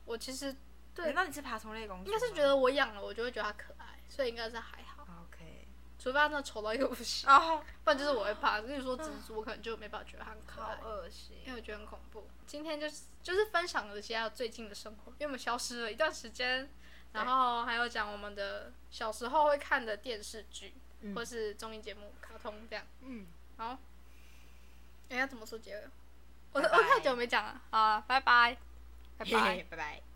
A: 我其实对
B: 难道你是爬虫类公主
A: 应
B: 吗？
A: 该是觉得我养了，我就会觉得它可爱，所以应该是还好。
B: OK
A: 除非它真的丑到一个不行，
B: 哦，
A: 不然就是我会怕。跟你说蜘蛛，我可能就没办法觉得它很可
B: 好
A: 爱，
B: 恶心。
A: 因为我觉得很恐怖。今天就是就是分享了一下最近的生活，因为我们消失了一段时间，然后还有讲我们的小时候会看的电视剧、
B: 嗯
A: 或是综艺节目、卡通这样。
B: 嗯，
A: 好，哎，要怎么说结尾？我
B: 拜拜
A: 我太久没讲了，好啊，拜拜，拜
B: 拜
A: 拜
B: 拜。拜拜。